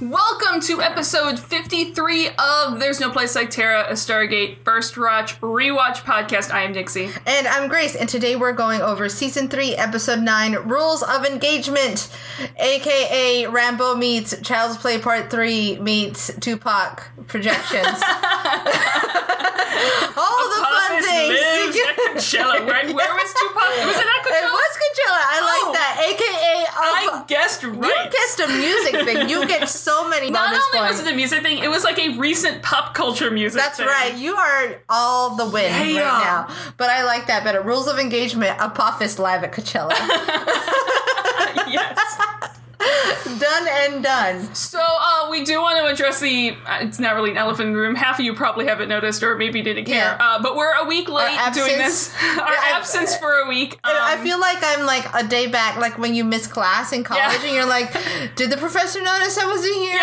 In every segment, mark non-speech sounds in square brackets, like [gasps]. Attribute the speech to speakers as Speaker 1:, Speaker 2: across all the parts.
Speaker 1: Welcome to episode 53 of There's No Place Like Terra, a Stargate First Watch Rewatch podcast. I am Dixie.
Speaker 2: And I'm Grace, and today we're going over season three, episode nine, Rules of Engagement, aka Rambo meets Child's Play Part Three meets Tupac
Speaker 1: [laughs]
Speaker 2: projections. All the fun
Speaker 1: Puffus
Speaker 2: things.
Speaker 1: lives
Speaker 2: [laughs]
Speaker 1: at Coachella. Where, where was Tupac? Was it at
Speaker 2: It
Speaker 1: Coachella?
Speaker 2: was Coachella. I
Speaker 1: Oh.
Speaker 2: like that. AKA of,
Speaker 1: I guessed right.
Speaker 2: you guessed a music thing. You get so
Speaker 1: [laughs]
Speaker 2: many
Speaker 1: Not
Speaker 2: bonus
Speaker 1: only
Speaker 2: points.
Speaker 1: was it a music thing, it was like a recent pop culture music
Speaker 2: That's
Speaker 1: thing.
Speaker 2: right. You are all the win right
Speaker 1: Yeah.
Speaker 2: now. But I like that better. Rules of engagement, Apophis live at Coachella.
Speaker 1: [laughs] [laughs]
Speaker 2: [laughs]
Speaker 1: yes.
Speaker 2: done and done.
Speaker 1: So uh, we do want to address the. Uh, it's not really an elephant in the room. Half of you probably haven't noticed, or maybe didn't care.
Speaker 2: Yeah.
Speaker 1: Uh, but we're a week late doing
Speaker 2: absence.
Speaker 1: this. [laughs] Our
Speaker 2: Yeah, I-
Speaker 1: absence for a week. Um,
Speaker 2: I feel like I'm like a day back, like when you miss class in college
Speaker 1: Yeah.
Speaker 2: and
Speaker 1: [laughs]
Speaker 2: you're like, did the professor notice I wasn't here?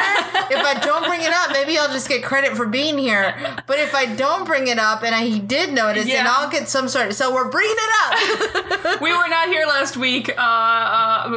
Speaker 2: if I don't bring it up, maybe I'll just get credit for being here. But if I don't bring it up and I, he did notice, then
Speaker 1: Yeah.
Speaker 2: I'll get some sort. So we're bringing it
Speaker 1: [laughs]
Speaker 2: up.
Speaker 1: we were not here last week. Uh, uh,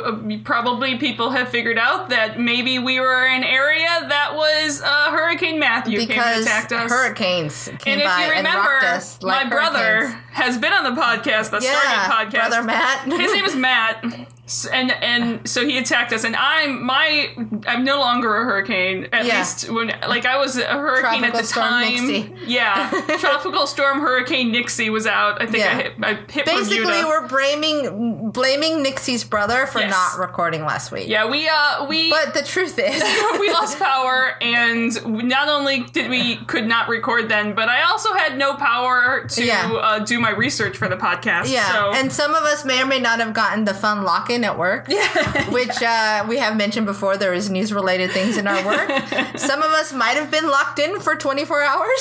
Speaker 1: uh, probably people have figured out that maybe we were in an area that was uh, Hurricane Matthew came and
Speaker 2: because
Speaker 1: attacked us.
Speaker 2: hurricanes came
Speaker 1: and if
Speaker 2: by
Speaker 1: you
Speaker 2: and
Speaker 1: remember,
Speaker 2: rocked us. Like
Speaker 1: my brother
Speaker 2: hurricanes.
Speaker 1: has been on the podcast, the
Speaker 2: yeah,
Speaker 1: Stargate podcast.
Speaker 2: brother Matt.
Speaker 1: [laughs] His name is Matt, S- and and so he attacked us. And I'm my I'm no longer a hurricane. At
Speaker 2: Yeah.
Speaker 1: least when like I was a hurricane
Speaker 2: Tropical
Speaker 1: at the
Speaker 2: Storm
Speaker 1: time.
Speaker 2: Nixie.
Speaker 1: Yeah,
Speaker 2: [laughs]
Speaker 1: tropical storm hurricane Nixie was out. I think I
Speaker 2: Yeah.
Speaker 1: hit I hit
Speaker 2: Basically,
Speaker 1: Bermuda.
Speaker 2: we're blaming blaming Nixie's brother for
Speaker 1: Yes.
Speaker 2: not recording last week.
Speaker 1: yeah, we uh we
Speaker 2: But the truth is,
Speaker 1: [laughs] we lost power and not only did we could not record then but i also had no power to
Speaker 2: Yeah.
Speaker 1: uh, do my research for the podcast
Speaker 2: Yeah,
Speaker 1: so
Speaker 2: and some of us may or may not have gotten the fun lock in at work, [laughs] which uh, we have mentioned before. There is news related things in our
Speaker 1: [laughs]
Speaker 2: work. some of us might have been locked in for 24
Speaker 1: [laughs]
Speaker 2: hours,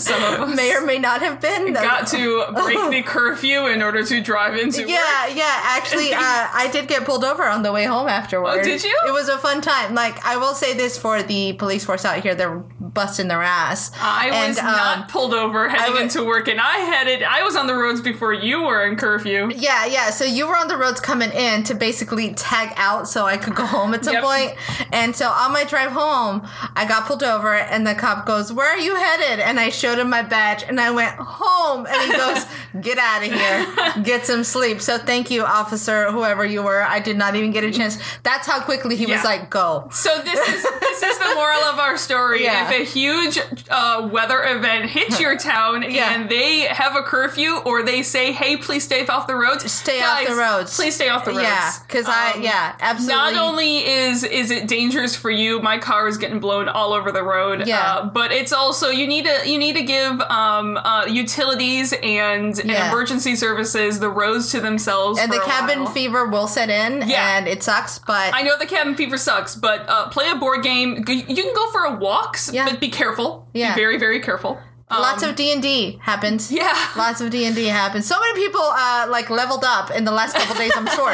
Speaker 1: some of us
Speaker 2: may or may not have been.
Speaker 1: got
Speaker 2: [laughs]
Speaker 1: to break the curfew in order to drive into work
Speaker 2: yeah, yeah. Actually,
Speaker 1: [laughs]
Speaker 2: uh, I did get pulled over on the way home afterwards.
Speaker 1: Oh, did you?
Speaker 2: It was a fun time. Like, I will say this for the police force out here, they're busting their ass.
Speaker 1: I was
Speaker 2: And, um,
Speaker 1: not pulled over heading
Speaker 2: wa-
Speaker 1: into work, and I headed. I was on the roads before you were in curfew.
Speaker 2: Yeah, yeah. So you were on the roads coming in to basically tag out so
Speaker 1: [laughs]
Speaker 2: I could go home at some
Speaker 1: Yep.
Speaker 2: point. And so on my drive home, I got pulled over and the cop goes, Where are you headed? And I showed him my badge and I went home and
Speaker 1: [laughs]
Speaker 2: he goes, Get out of here. Get some sleep. So thank you, officer, whoever you were. I did not even get a chance. That's how quickly he
Speaker 1: Yeah.
Speaker 2: was like, Go.
Speaker 1: So this is this is the moral of our story.
Speaker 2: Yeah.
Speaker 1: If a huge uh, weather event hits
Speaker 2: [laughs]
Speaker 1: your town
Speaker 2: Yeah.
Speaker 1: and they have a curfew or they say, "Hey, please stay off the roads,"
Speaker 2: Stay off the
Speaker 1: guys,
Speaker 2: roads.
Speaker 1: Please stay off the roads.
Speaker 2: Yeah, because I,
Speaker 1: Um,
Speaker 2: yeah, absolutely.
Speaker 1: Not only is is it dangerous for you, my car is getting blown all over the road.
Speaker 2: Yeah.
Speaker 1: uh, but it's also you need to you need to give um, uh, utilities and, and
Speaker 2: Yeah.
Speaker 1: emergency services the roads to themselves.
Speaker 2: and
Speaker 1: for
Speaker 2: the
Speaker 1: a
Speaker 2: cabin
Speaker 1: while.
Speaker 2: fever will set in
Speaker 1: Yeah.
Speaker 2: and it sucks, but
Speaker 1: I know the cabin fever sucks, but uh, play a board game. G- You can go for a walk, s-
Speaker 2: Yeah.
Speaker 1: but be careful.
Speaker 2: Yeah.
Speaker 1: Be very, very careful. Um,
Speaker 2: lots of D&D happens.
Speaker 1: [laughs] yeah.
Speaker 2: Lots of D and D happened. So many people uh, like leveled up in the last couple days. I'm sure.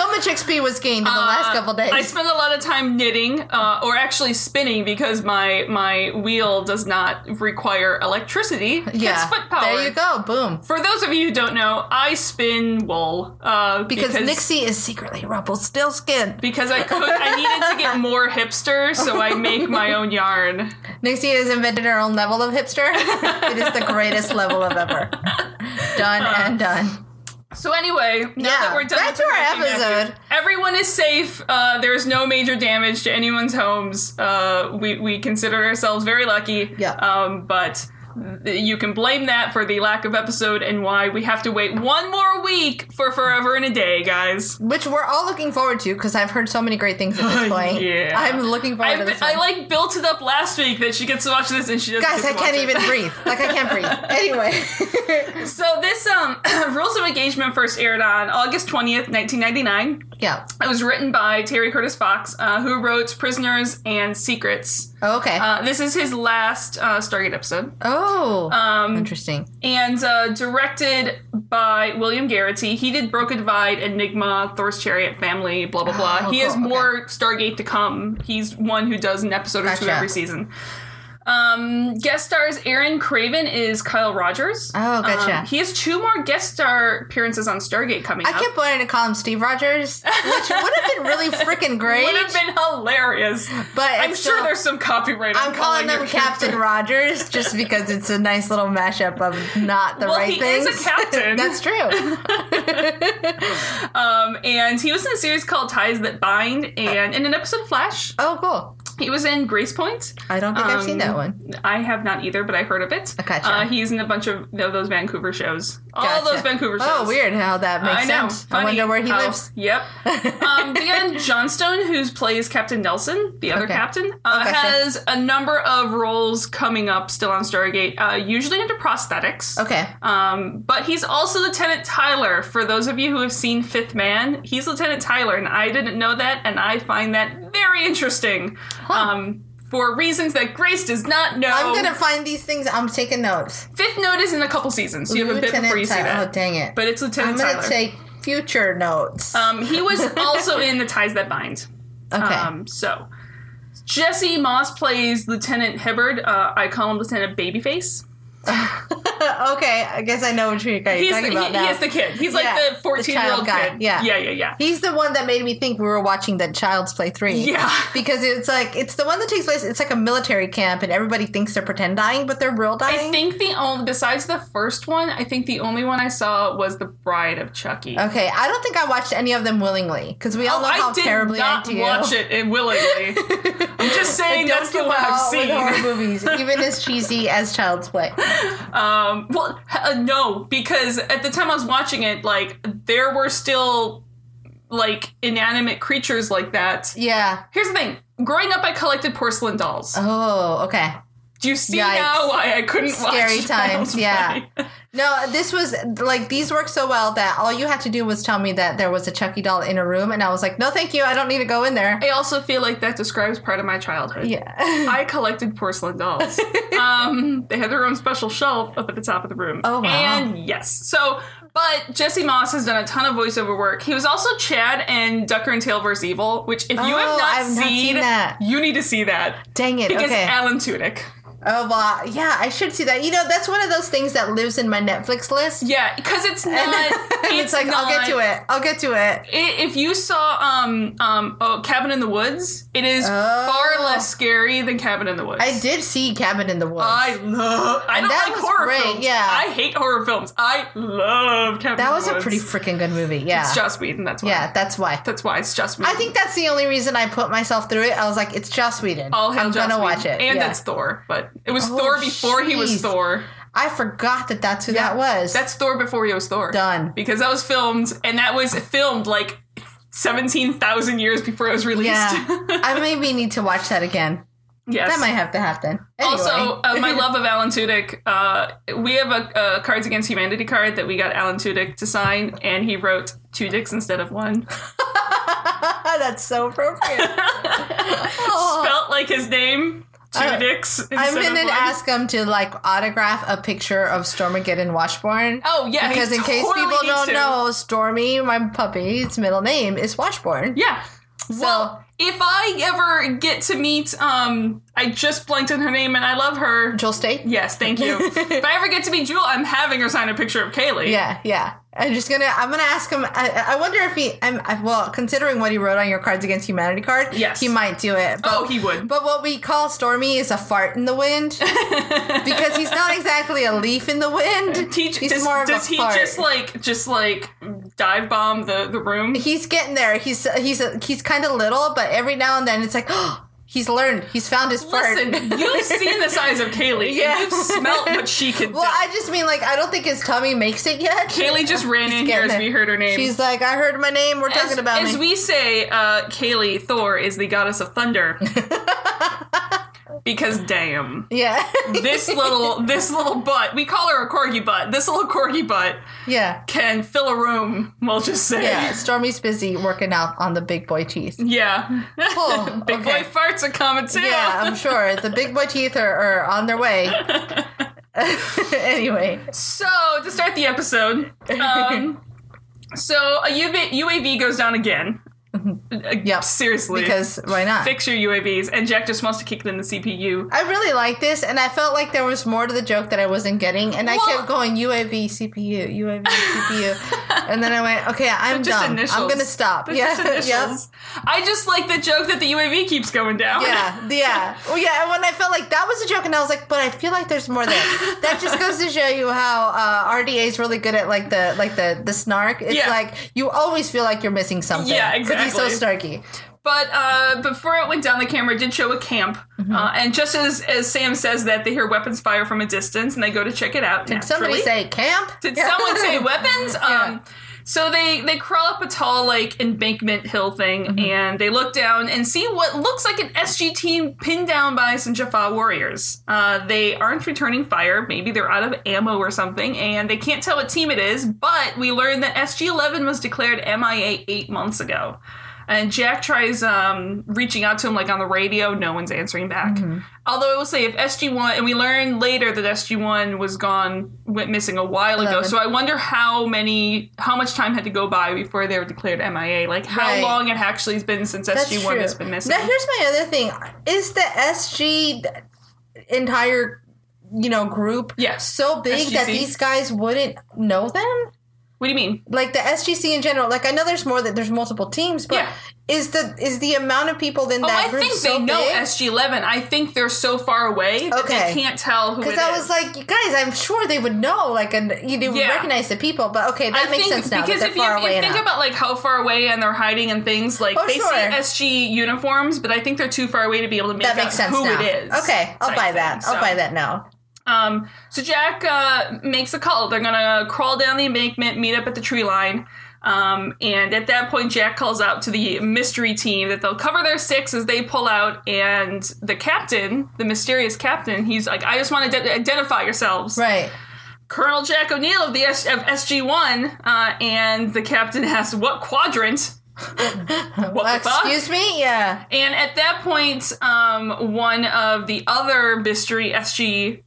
Speaker 2: so much XP was gained in the last couple days.
Speaker 1: Uh, I spend a lot of time knitting, uh, or actually spinning, because my my wheel does not require electricity.
Speaker 2: yeah,
Speaker 1: it's foot power.
Speaker 2: there you go. Boom.
Speaker 1: For those of you who don't know, I spin wool uh,
Speaker 2: Because, Nixie is secretly rumpled still skin.
Speaker 1: Because I could, I needed to
Speaker 2: [laughs]
Speaker 1: get more hipster, so I make my own yarn.
Speaker 2: Nixie has invented her own level of hipster. it is the greatest level of ever. Done
Speaker 1: Uh.
Speaker 2: and done.
Speaker 1: So anyway, now
Speaker 2: Yeah,
Speaker 1: that we're done
Speaker 2: back
Speaker 1: with
Speaker 2: to our
Speaker 1: Hurricane Matthew,
Speaker 2: episode.
Speaker 1: everyone is safe. Uh, there's no major damage to anyone's homes. Uh, we we consider ourselves very lucky.
Speaker 2: Yeah.
Speaker 1: Um, but th- you can blame that for the lack of episode and why we have to wait one more week for Forever in a Day, guys.
Speaker 2: Which we're all looking forward to because I've heard so many great things at
Speaker 1: [laughs]
Speaker 2: this point.
Speaker 1: Yeah.
Speaker 2: I'm looking forward
Speaker 1: I,
Speaker 2: to this.
Speaker 1: I
Speaker 2: one.
Speaker 1: like built it up last week that she gets to watch this and she doesn't.
Speaker 2: Guys,
Speaker 1: get
Speaker 2: I
Speaker 1: to watch
Speaker 2: can't
Speaker 1: it.
Speaker 2: even
Speaker 1: [laughs]
Speaker 2: breathe. Like I can't breathe. Anyway. [laughs]
Speaker 1: [clears throat] So this um, rules of engagement first aired on August twentieth, nineteen ninety nine.
Speaker 2: Yeah.
Speaker 1: It was written by Terry Curtis Fox, uh, who wrote Prisoners and Secrets.
Speaker 2: Oh, okay.
Speaker 1: Uh, this is his last uh, Stargate episode.
Speaker 2: oh.
Speaker 1: Um,
Speaker 2: interesting.
Speaker 1: and uh, directed by William Garrity. He did Broken Divide, Enigma, Thor's Chariot, Family, blah blah blah.
Speaker 2: [gasps] Oh,
Speaker 1: he has
Speaker 2: cool. Okay.
Speaker 1: more Stargate to come. He's one who does an episode or two
Speaker 2: Gotcha.
Speaker 1: every season. Um, guest stars Aaron Craven is Kyle Rogers.
Speaker 2: Oh, gotcha.
Speaker 1: Um, he has two more guest star appearances on Stargate coming
Speaker 2: I
Speaker 1: up.
Speaker 2: kept wanting to call him Steve Rogers, which would have
Speaker 1: [laughs]
Speaker 2: been really freaking great.
Speaker 1: Would have been hilarious.
Speaker 2: but
Speaker 1: I'm
Speaker 2: it's
Speaker 1: sure
Speaker 2: still-
Speaker 1: there's some copyright. on
Speaker 2: I'm calling
Speaker 1: your
Speaker 2: them
Speaker 1: character.
Speaker 2: Captain Rogers just because it's a nice little mashup of not
Speaker 1: [laughs]
Speaker 2: the
Speaker 1: Well,
Speaker 2: right
Speaker 1: he is
Speaker 2: things. [laughs]
Speaker 1: a captain.
Speaker 2: That's true.
Speaker 1: Um, and he was in a series called Ties That Bind,
Speaker 2: Uh,
Speaker 1: and in an episode of Flash,
Speaker 2: Oh, cool.
Speaker 1: he was in Grace Point.
Speaker 2: I don't think I've seen that
Speaker 1: Um,
Speaker 2: one.
Speaker 1: I have not either, but I heard of it.
Speaker 2: Gotcha.
Speaker 1: Uh, he's in a bunch of you know, those Vancouver shows. All
Speaker 2: Gotcha.
Speaker 1: those Vancouver shows.
Speaker 2: Oh, weird how that makes
Speaker 1: I know.
Speaker 2: sense. I
Speaker 1: Funny
Speaker 2: wonder where he
Speaker 1: how-
Speaker 2: lives. [laughs]
Speaker 1: Yep. um, then Johnstone, who plays Captain Nelson, the other
Speaker 2: Okay.
Speaker 1: captain, uh,
Speaker 2: gotcha.
Speaker 1: has a number of roles coming up still on Stargate, uh, usually under prosthetics.
Speaker 2: Okay.
Speaker 1: Um, but he's also Lieutenant Tyler. For those of you who have seen Fifth Man, he's Lieutenant Tyler, and I didn't know that, and I find that very interesting. Um, for reasons that Grace does not know.
Speaker 2: I'm gonna find these things. I'm taking notes.
Speaker 1: Fifth note is in a couple seasons, so you have a bit before you see
Speaker 2: Tyler.
Speaker 1: that.
Speaker 2: Oh dang it!
Speaker 1: But it's
Speaker 2: I'm
Speaker 1: Lieutenant
Speaker 2: gonna
Speaker 1: Tyler.
Speaker 2: take future notes.
Speaker 1: um, he was
Speaker 2: [laughs]
Speaker 1: also in the Ties That Bind.
Speaker 2: okay.
Speaker 1: Um, so Jesse Moss plays Lieutenant Hibbard. Uh, I call him Lieutenant Babyface.
Speaker 2: [laughs] okay. I guess I know which guy you're
Speaker 1: He's the,
Speaker 2: talking
Speaker 1: he,
Speaker 2: about now.
Speaker 1: he is the kid. He's
Speaker 2: Yeah,
Speaker 1: like
Speaker 2: the
Speaker 1: the fourteen year old
Speaker 2: child guy.
Speaker 1: kid.
Speaker 2: Yeah.
Speaker 1: yeah, yeah, yeah.
Speaker 2: He's the one that made me think we were watching the Child's Play 3.
Speaker 1: Yeah.
Speaker 2: Because it's like, it's the one that takes place, it's like a military camp and everybody thinks they're pretend dying, but they're real dying.
Speaker 1: I think the only besides the first one, I think the only one I saw was the Bride of Chucky. Oh,
Speaker 2: okay, I don't think I watched any of them willingly because we all know how
Speaker 1: I did
Speaker 2: terribly
Speaker 1: not
Speaker 2: I do.
Speaker 1: watch
Speaker 2: [laughs]
Speaker 1: it in- willingly. I'm just
Speaker 2: I
Speaker 1: saying
Speaker 2: don't
Speaker 1: that's the
Speaker 2: do
Speaker 1: one
Speaker 2: well
Speaker 1: I've
Speaker 2: with
Speaker 1: seen.
Speaker 2: horror movies, even as cheesy as Child's Play.
Speaker 1: Um, well, h- uh, no, because at the time I was watching it, like there were still like inanimate creatures like that.
Speaker 2: Yeah.
Speaker 1: Here's the thing: growing up, I collected porcelain dolls.
Speaker 2: Oh, okay.
Speaker 1: Do you see
Speaker 2: yikes.
Speaker 1: now why I couldn't
Speaker 2: Scary
Speaker 1: watch [laughs]
Speaker 2: times,
Speaker 1: Child's
Speaker 2: yeah.
Speaker 1: Play?
Speaker 2: No, this was like these worked so well that all you had to do was tell me that there was a Chucky doll in a room, and I was like, no, thank you, I don't need to go in there.
Speaker 1: I also feel like that describes part of my childhood.
Speaker 2: Yeah. [laughs]
Speaker 1: I collected porcelain dolls. um, they had their own special shelf up at the top of the room.
Speaker 2: Oh, wow.
Speaker 1: And yes, so but Jesse Moss has done a ton of voiceover work. He was also Chad and Ducker and Tail vs. Evil, which if you
Speaker 2: Oh,
Speaker 1: have not,
Speaker 2: I've not seen that.
Speaker 1: you need to see that
Speaker 2: Dang it.
Speaker 1: because
Speaker 2: okay.
Speaker 1: Alan Tudyk.
Speaker 2: Oh, well, yeah, I should see that. You know, that's one of those things that lives in my Netflix list.
Speaker 1: Yeah, because it's not.
Speaker 2: [laughs] And it's, like, I'll
Speaker 1: not-
Speaker 2: get to it. I'll get to it.
Speaker 1: i- if you saw um um oh, Cabin in the Woods, it is
Speaker 2: Oh.
Speaker 1: far less scary than Cabin in the Woods.
Speaker 2: I did see Cabin in the Woods.
Speaker 1: I love. I don't
Speaker 2: that
Speaker 1: like
Speaker 2: was
Speaker 1: horror
Speaker 2: great,
Speaker 1: films.
Speaker 2: yeah.
Speaker 1: I hate horror films. I love Cabin. in
Speaker 2: that
Speaker 1: the
Speaker 2: was a
Speaker 1: Woods.
Speaker 2: pretty freaking good movie. Yeah.
Speaker 1: It's Joss Whedon. That's why.
Speaker 2: yeah, that's why.
Speaker 1: That's why it's Joss Whedon.
Speaker 2: I think that's the only reason I put myself through it. I was like, it's Joss Whedon.
Speaker 1: All hail
Speaker 2: I'm
Speaker 1: Joss
Speaker 2: going to
Speaker 1: Whedon.
Speaker 2: watch it.
Speaker 1: And
Speaker 2: yeah.
Speaker 1: that's Thor, but it was
Speaker 2: Oh,
Speaker 1: Thor before he was
Speaker 2: jeez.
Speaker 1: Thor.
Speaker 2: I forgot that that's who that was.
Speaker 1: That's Thor before he was Thor. [laughs]
Speaker 2: Done.
Speaker 1: Because that was filmed, and that was filmed like seventeen thousand years before it was released.
Speaker 2: yeah. I maybe need to watch that again.
Speaker 1: [laughs] yes.
Speaker 2: That might have to happen. Anyway.
Speaker 1: Also, uh,
Speaker 2: [laughs]
Speaker 1: my love of Alan Tudyk. Uh, we have a, a Cards Against Humanity card that we got Alan Tudyk to sign, and he wrote two dicks instead of one.
Speaker 2: that's so appropriate.
Speaker 1: [laughs]
Speaker 2: Oh.
Speaker 1: Spelt like his name, two
Speaker 2: Uh,
Speaker 1: dicks instead
Speaker 2: I'm
Speaker 1: of
Speaker 2: gonna
Speaker 1: one.
Speaker 2: ask them to like autograph a picture of Stormageddon Washburn.
Speaker 1: Oh yeah, he
Speaker 2: because in case
Speaker 1: totally
Speaker 2: people
Speaker 1: needs
Speaker 2: don't
Speaker 1: to.
Speaker 2: know, Stormy, my puppy's middle name is Washburn.
Speaker 1: yeah. well, if I ever get to meet, um, I just blanked on her name, and I love her.
Speaker 2: Joel State.
Speaker 1: Yes, thank
Speaker 2: [laughs]
Speaker 1: you. if I ever get to meet Jewel, I'm having her sign a picture of Kaylee.
Speaker 2: yeah, yeah. I'm just gonna. I'm gonna ask him. I, I wonder if he. I'm I, well, considering what he wrote on your Cards Against Humanity card.
Speaker 1: Yes.
Speaker 2: he might do it. But,
Speaker 1: Oh, he would.
Speaker 2: But what we call Stormy is a fart in
Speaker 1: [laughs]
Speaker 2: the wind because he's not exactly a leaf in
Speaker 1: [laughs]
Speaker 2: the wind.
Speaker 1: He, j-
Speaker 2: he's
Speaker 1: does
Speaker 2: more of
Speaker 1: does
Speaker 2: a
Speaker 1: he
Speaker 2: fart.
Speaker 1: just like just like dive bomb the the room?
Speaker 2: he's getting there. He's he's he's kind of little, but every now and then it's like [gasps] he's learned. He's found his fart.
Speaker 1: Listen, you've seen the size of
Speaker 2: [laughs]
Speaker 1: Kaylee.
Speaker 2: Yeah.
Speaker 1: Yeah. You've smelt what she can
Speaker 2: well,
Speaker 1: do.
Speaker 2: I just mean like I don't think his tummy makes it yet.
Speaker 1: Kaylee just ran in here
Speaker 2: getting
Speaker 1: as
Speaker 2: there.
Speaker 1: we heard her name.
Speaker 2: She's like, I heard my name. We're
Speaker 1: as,
Speaker 2: talking about
Speaker 1: as
Speaker 2: me. [laughs]
Speaker 1: we say, uh, Kaylee Thor is the goddess of thunder. because damn.
Speaker 2: Yeah. [laughs]
Speaker 1: This little this little butt, we call her a corgi butt. This little corgi butt
Speaker 2: yeah.
Speaker 1: can fill a room, we'll just say.
Speaker 2: Yeah. Stormy's busy working out on the big boy teeth.
Speaker 1: Yeah.
Speaker 2: Oh,
Speaker 1: [laughs] Big
Speaker 2: okay.
Speaker 1: boy farts are coming too.
Speaker 2: Yeah, I'm sure. The big boy teeth are, are on their way. [laughs]
Speaker 1: [laughs]
Speaker 2: anyway.
Speaker 1: So to start the episode,
Speaker 2: [laughs]
Speaker 1: um, so a UV, UAV goes down again.
Speaker 2: Mm-hmm.
Speaker 1: Uh,
Speaker 2: Yep.
Speaker 1: Seriously,
Speaker 2: Because uh, why not?
Speaker 1: fix your UAVs, and Jack just wants to kick it in the CPU.
Speaker 2: I really like this, and I felt like there was more to the joke that I wasn't getting, and I
Speaker 1: Well-
Speaker 2: kept going UAV CPU UAV CPU, and then I went, okay, I'm
Speaker 1: Just
Speaker 2: done.
Speaker 1: initials.
Speaker 2: I'm gonna stop.
Speaker 1: They're
Speaker 2: yeah, [laughs]
Speaker 1: just initials. I just like the joke that the UAV keeps going down.
Speaker 2: yeah, yeah, yeah. Well, yeah. And when I felt like that was a joke, and I was like, but I feel like there's more there. That just goes to show you how uh, RDA is really good at like the like the the snark. It's
Speaker 1: Yeah.
Speaker 2: like you always feel like you're missing something.
Speaker 1: Yeah,
Speaker 2: 'cause He's so snarky.
Speaker 1: [laughs] But uh, before it went down, the camera did show a camp,
Speaker 2: Mm-hmm.
Speaker 1: uh, and just as as Sam says that, they hear weapons fire from a distance, and they go to check it out.
Speaker 2: Did somebody
Speaker 1: naturally.
Speaker 2: say camp?
Speaker 1: Did
Speaker 2: Yeah.
Speaker 1: someone say weapons? Um, so they they crawl up a tall like embankment hill thing, and they look down and see what looks like an SG team pinned down by some Jaffa warriors. Uh, they aren't returning fire. Maybe they're out of ammo or something, and they can't tell what team it is. But we learned that SG Eleven was declared MIA eight months ago. And Jack tries um, reaching out to him like on the radio. No one's answering back.
Speaker 2: Mm-hmm.
Speaker 1: Although I will say, if SG One, and we learn later that SG One was gone, went missing a while ago.
Speaker 2: Eleven.
Speaker 1: So I wonder how many, how much time had to go by before they were declared MIA. Like how
Speaker 2: Right.
Speaker 1: long it actually has been since SG One has been missing.
Speaker 2: Now, here's my other thing: is the SG entire, you know, group
Speaker 1: Yes.
Speaker 2: so big that
Speaker 1: SGC.
Speaker 2: these guys wouldn't know them?
Speaker 1: what do you mean?
Speaker 2: Like the SGC in general. Like I know there's more that there's multiple teams, but
Speaker 1: Yeah.
Speaker 2: is the is the amount of people in
Speaker 1: Oh,
Speaker 2: that
Speaker 1: I
Speaker 2: group
Speaker 1: think
Speaker 2: so
Speaker 1: they know
Speaker 2: big?
Speaker 1: SG Eleven. I think they're so far away that
Speaker 2: Okay.
Speaker 1: they can't tell who.
Speaker 2: because
Speaker 1: it
Speaker 2: I
Speaker 1: is.
Speaker 2: was like, you guys, I'm sure they would know, like, and you do
Speaker 1: Yeah.
Speaker 2: recognize the people, but okay, that
Speaker 1: I
Speaker 2: makes
Speaker 1: think
Speaker 2: sense now.
Speaker 1: because
Speaker 2: that
Speaker 1: if
Speaker 2: they're far
Speaker 1: you, if
Speaker 2: away
Speaker 1: you think
Speaker 2: enough.
Speaker 1: about like how far away and they're hiding and things, like
Speaker 2: Oh,
Speaker 1: they
Speaker 2: sure.
Speaker 1: see SG uniforms, but I think they're too far away to be able to make
Speaker 2: that
Speaker 1: out
Speaker 2: makes sense
Speaker 1: who it
Speaker 2: now.
Speaker 1: is.
Speaker 2: Okay, I'll
Speaker 1: type
Speaker 2: buy
Speaker 1: thing.
Speaker 2: that. I'll
Speaker 1: So,
Speaker 2: buy that now.
Speaker 1: Um, so Jack uh, makes a call. They're gonna crawl down the embankment, meet up at the tree line. Um, and at that point, Jack calls out to the mystery team that they'll cover their six as they pull out. And the captain, the mysterious captain, he's like, "I just want to de- identify yourselves."
Speaker 2: Right.
Speaker 1: Colonel Jack O'Neill of the S- of SG One, uh, and the captain [laughs] asks, "What quadrant?" [laughs] what the fuck?
Speaker 2: Excuse me. Yeah.
Speaker 1: And at that point, um, one of the other mystery SG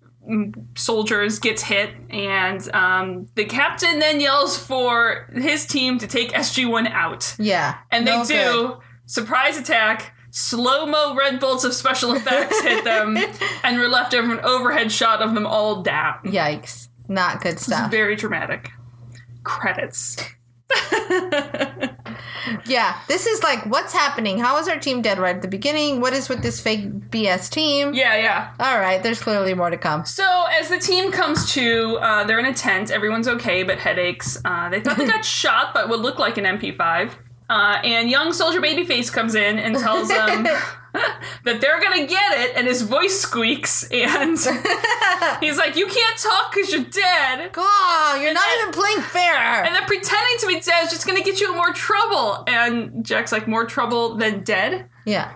Speaker 1: soldiers gets hit, and um, the captain then yells for his team to take SG One out,
Speaker 2: Yeah.
Speaker 1: and they
Speaker 2: No
Speaker 1: do
Speaker 2: good.
Speaker 1: surprise attack. Slow mo red bolts of special effects hit
Speaker 2: [laughs]
Speaker 1: them, and we're left over an overhead shot of them all down.
Speaker 2: Yikes. Not good stuff.
Speaker 1: Very dramatic. Credits.
Speaker 2: Yeah. This is like, what's happening? How is our team dead right at the beginning? What is with this fake BS team?
Speaker 1: Yeah, yeah.
Speaker 2: All right. There's clearly more to come.
Speaker 1: So as the team comes to, uh, they're in a tent. Everyone's okay, but headaches. Uh, they thought they got shot, but would look like an MP5. Uh, and young soldier babyface comes in and tells
Speaker 2: [laughs]
Speaker 1: them that they're gonna get it, and his voice squeaks, and he's like, "You can't talk because you're dead."
Speaker 2: Oh, you're not
Speaker 1: that-
Speaker 2: even playing fair.
Speaker 1: And that pretending to be dead is just gonna get you in more trouble. And Jack's like, "More trouble than dead."
Speaker 2: Yeah.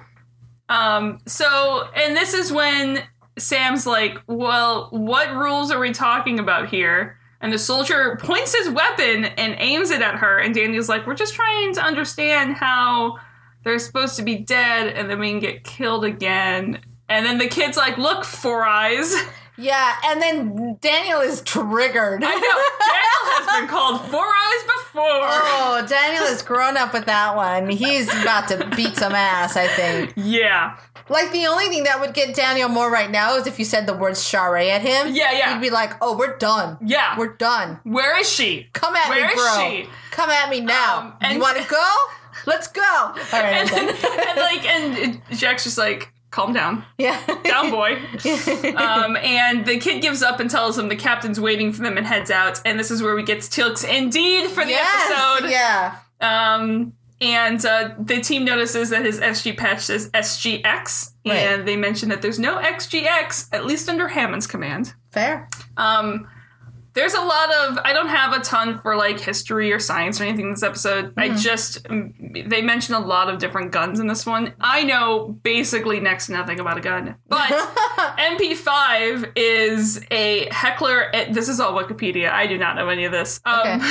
Speaker 1: Um, so, and this is when Sam's like, Well, what rules are we talking about here? And the soldier points his weapon and aims it at her. And Daniel's like, We're just trying to understand how they're supposed to be dead and then we can get killed again. And then the kid's like, Look, Four Eyes. [laughs]
Speaker 2: Yeah. And then Daniel is triggered.
Speaker 1: I know, Daniel
Speaker 2: [laughs]
Speaker 1: has been called Four Eyes before.
Speaker 2: Oh, Daniel is grown up with that one. He's about to beat some ass, I think.
Speaker 1: Yeah.
Speaker 2: Like the only thing that would get Daniel more right now is if you said the word "share" at him.
Speaker 1: Yeah, yeah.
Speaker 2: He'd be like, "Oh, we're done.
Speaker 1: Yeah.
Speaker 2: we're done.
Speaker 1: Where is
Speaker 2: [laughs]
Speaker 1: she?
Speaker 2: Come at
Speaker 1: Where
Speaker 2: me,
Speaker 1: is
Speaker 2: bro.
Speaker 1: she?
Speaker 2: Come at me now.
Speaker 1: Um, and-
Speaker 2: you want
Speaker 1: [laughs]
Speaker 2: to go? Let's go. All right. I'm
Speaker 1: And,
Speaker 2: done.
Speaker 1: [laughs] and like, and Jack's just like, Calm down.
Speaker 2: yeah. [laughs]
Speaker 1: down boy. Uh, um, and the kid gives up and tells him the captain's waiting for them and heads out. And this is where we get to Tilk's Indeed for the
Speaker 2: Yes,
Speaker 1: episode.
Speaker 2: Yeah.
Speaker 1: Um, and uh, the team notices that his SG patch says SGX.
Speaker 2: Right.
Speaker 1: And they mention that there's no XGX, at least under Hammond's command.
Speaker 2: Fair.
Speaker 1: Um, There's a lot of I don't have a ton for like history or science or anything in this episode. I
Speaker 2: Mm-hmm.
Speaker 1: just mm, they mention a lot of different guns in this one. I know basically next to nothing about a gun,
Speaker 2: [laughs]
Speaker 1: but MP5 is a heckler. eh, This is all Wikipedia. I do not know any of this. Um,
Speaker 2: Okay.
Speaker 1: [laughs]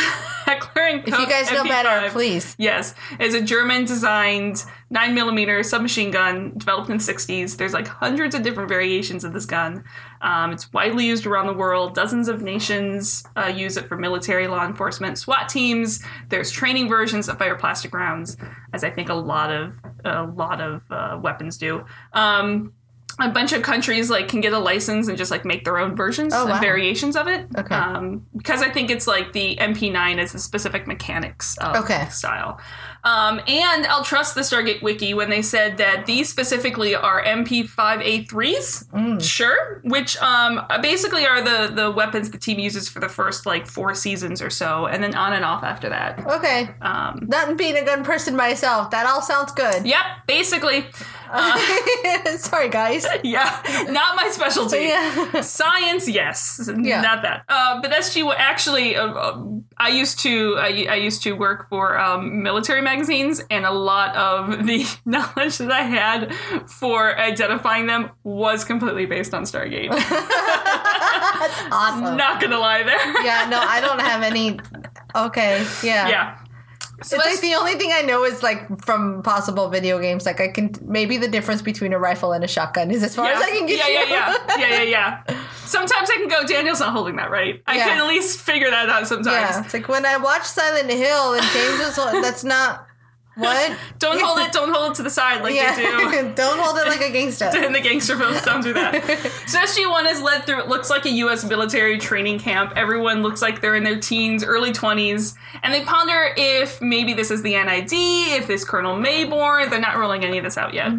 Speaker 1: heckler and
Speaker 2: If you
Speaker 1: Koch
Speaker 2: guys know
Speaker 1: MP5
Speaker 2: better, please.
Speaker 1: Yes, it's a German-designed nine millimeter submachine gun developed in the '60s. There's like hundreds of different variations of this gun. Um, it's widely used around the world. Dozens of nations uh, use it for military, law enforcement, SWAT teams. There's training versions that fire plastic rounds, as I think a lot of a lot of uh, weapons do. Um, a bunch of countries like can get a license and just like make their own versions
Speaker 2: Oh, wow.
Speaker 1: and variations of it.
Speaker 2: Okay.
Speaker 1: Um, because I think it's like the MP9 is the specific mechanics of
Speaker 2: Okay.
Speaker 1: style. Um, and I'll trust the Stargate Wiki when they said that these specifically are MP5A3s. Sure. Which um, basically are the, the weapons the team uses for the first like four seasons or so, and then on and off after that.
Speaker 2: Okay.
Speaker 1: Um,
Speaker 2: Not being a gun person myself. That all sounds good.
Speaker 1: yep, basically. [laughs]
Speaker 2: [laughs] Sorry, guys.
Speaker 1: Yeah, not my specialty.
Speaker 2: Yeah.
Speaker 1: Science, yes,
Speaker 2: Yeah.
Speaker 1: not that. Uh, but SG wa- actually, uh, uh, I used to I, I used to work for um, military magazines, and a lot of [laughs] the knowledge that I had for identifying them was completely based on
Speaker 2: [laughs]
Speaker 1: Stargate.
Speaker 2: [laughs]
Speaker 1: [laughs]
Speaker 2: That's awesome.
Speaker 1: not gonna lie, there.
Speaker 2: Yeah, no, I don't have any. Okay,
Speaker 1: [laughs]
Speaker 2: yeah.
Speaker 1: yeah. So
Speaker 2: It's
Speaker 1: that's
Speaker 2: like the only thing I know is like from possible video games. Like I can maybe the difference between a rifle and a shotgun is as far as I can get
Speaker 1: yeah,
Speaker 2: you. [laughs]
Speaker 1: yeah, yeah, yeah, yeah, yeah. Sometimes I can go. Daniel's not holding that right. I
Speaker 2: Yeah.
Speaker 1: can at least figure that out sometimes.
Speaker 2: Yeah, it's like when I watch Silent Hill and James is hol- that's not what.
Speaker 1: [laughs] Don't hold it. Don't hold it to the side like
Speaker 2: [laughs] yeah,
Speaker 1: they
Speaker 2: [laughs]
Speaker 1: do.
Speaker 2: not hold it like a gangster.
Speaker 1: [laughs] in the gangster films don't do that. so SG1 is led through, it looks like a U.S. military training camp. Everyone looks like they're in their teens, early 20s, and they ponder if maybe this is the NID, if this Colonel Mayborn. They're not ruling any of this out yet.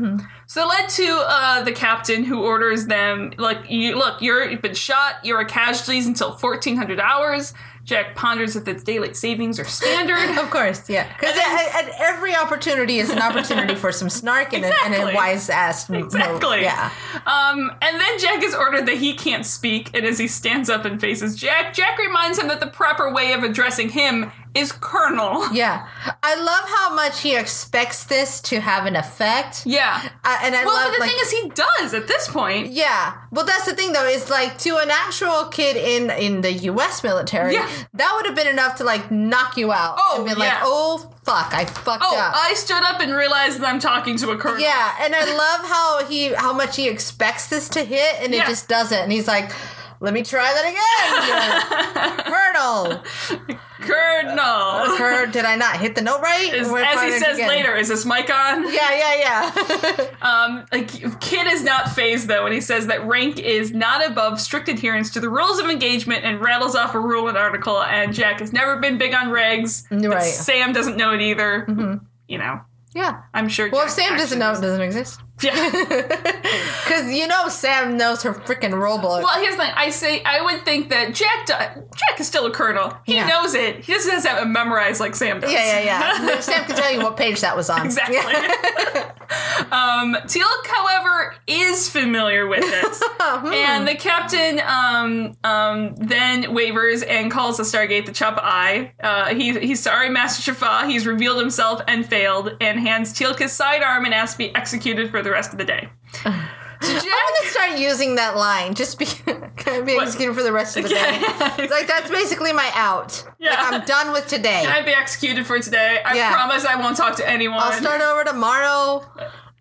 Speaker 1: So they're led to uh, the captain who orders them, like, you, look, you're, you've been shot, you're a casualty until 1400 hours. Jack ponders if it's daylight savings or standard.
Speaker 2: Of course, yeah. Because at, at every opportunity is an opportunity for some snark and, a, and
Speaker 1: Exactly.
Speaker 2: a wise ass
Speaker 1: [laughs]
Speaker 2: move.
Speaker 1: Exactly.
Speaker 2: Yeah.
Speaker 1: Um, and then Jack is ordered that he can't speak, and as he stands up and faces Jack, Jack reminds him that the proper way of addressing him is
Speaker 2: [laughs]
Speaker 1: Colonel.
Speaker 2: Yeah. I love how much he expects this to have an effect.
Speaker 1: Yeah.
Speaker 2: Uh, and I
Speaker 1: well,
Speaker 2: love
Speaker 1: but the
Speaker 2: like
Speaker 1: thing is, he does at this point.
Speaker 2: Yeah. Well, that's the thing though. Is like to an actual kid in in the U.S. military,
Speaker 1: Yeah.
Speaker 2: that would have been enough to like knock you out.
Speaker 1: Oh,
Speaker 2: and be like,
Speaker 1: yeah.
Speaker 2: oh fuck, I fucked
Speaker 1: Oh,
Speaker 2: up.
Speaker 1: I stood up and realized that I'm talking to a Colonel.
Speaker 2: yeah, and I love how he how much he expects this to hit, and
Speaker 1: Yeah.
Speaker 2: it just doesn't. And he's like, "Let me try
Speaker 1: [laughs]
Speaker 2: that again, Colonel."
Speaker 1: Colonel.
Speaker 2: Her, did I not hit the note right?
Speaker 1: As,
Speaker 2: We're
Speaker 1: as
Speaker 2: fired
Speaker 1: he says
Speaker 2: again.
Speaker 1: later, is this mic on?
Speaker 2: Yeah, yeah,
Speaker 1: [laughs]
Speaker 2: yeah.
Speaker 1: Um, like, Kid is not phased though, and he says that rank is not above strict adherence to the rules of engagement, and rattles off a rule and article. And Jack has never been big on regs. but
Speaker 2: Right.
Speaker 1: Sam doesn't know it either. You know,
Speaker 2: yeah.
Speaker 1: I'm sure.
Speaker 2: Well, if
Speaker 1: Jack
Speaker 2: Sam doesn't
Speaker 1: actually
Speaker 2: know,
Speaker 1: knows.
Speaker 2: it doesn't exist. [laughs]
Speaker 1: Yeah.
Speaker 2: Because you know Sam knows her freaking Roblox.
Speaker 1: well, here's the thing. I say I would think that Jack do- Jack is still a colonel. He
Speaker 2: Yeah.
Speaker 1: knows it. He just doesn't have it memorized like Sam does. [laughs]
Speaker 2: Yeah, yeah, yeah. Sam can tell you what page that was on.
Speaker 1: Exactly. [laughs] um, Teal'c, however, is familiar with
Speaker 2: [laughs] Hmm.
Speaker 1: it, and the captain um, um, then wavers and calls the Stargate the Chop Eye. Uh, he, he's sorry, Master Shafa. He's revealed himself and failed, and hands Teal'c his sidearm and asks to be executed for the rest of the day. So
Speaker 2: I'm
Speaker 1: Jack-
Speaker 2: gonna start using that line. Just be, [laughs] can I be executed for the rest of the day. It's Like that's basically my out.
Speaker 1: Yeah.
Speaker 2: Like I'm done with today.
Speaker 1: Can I be executed for today? I
Speaker 2: Yeah.
Speaker 1: promise I won't talk to anyone.
Speaker 2: I'll start over tomorrow.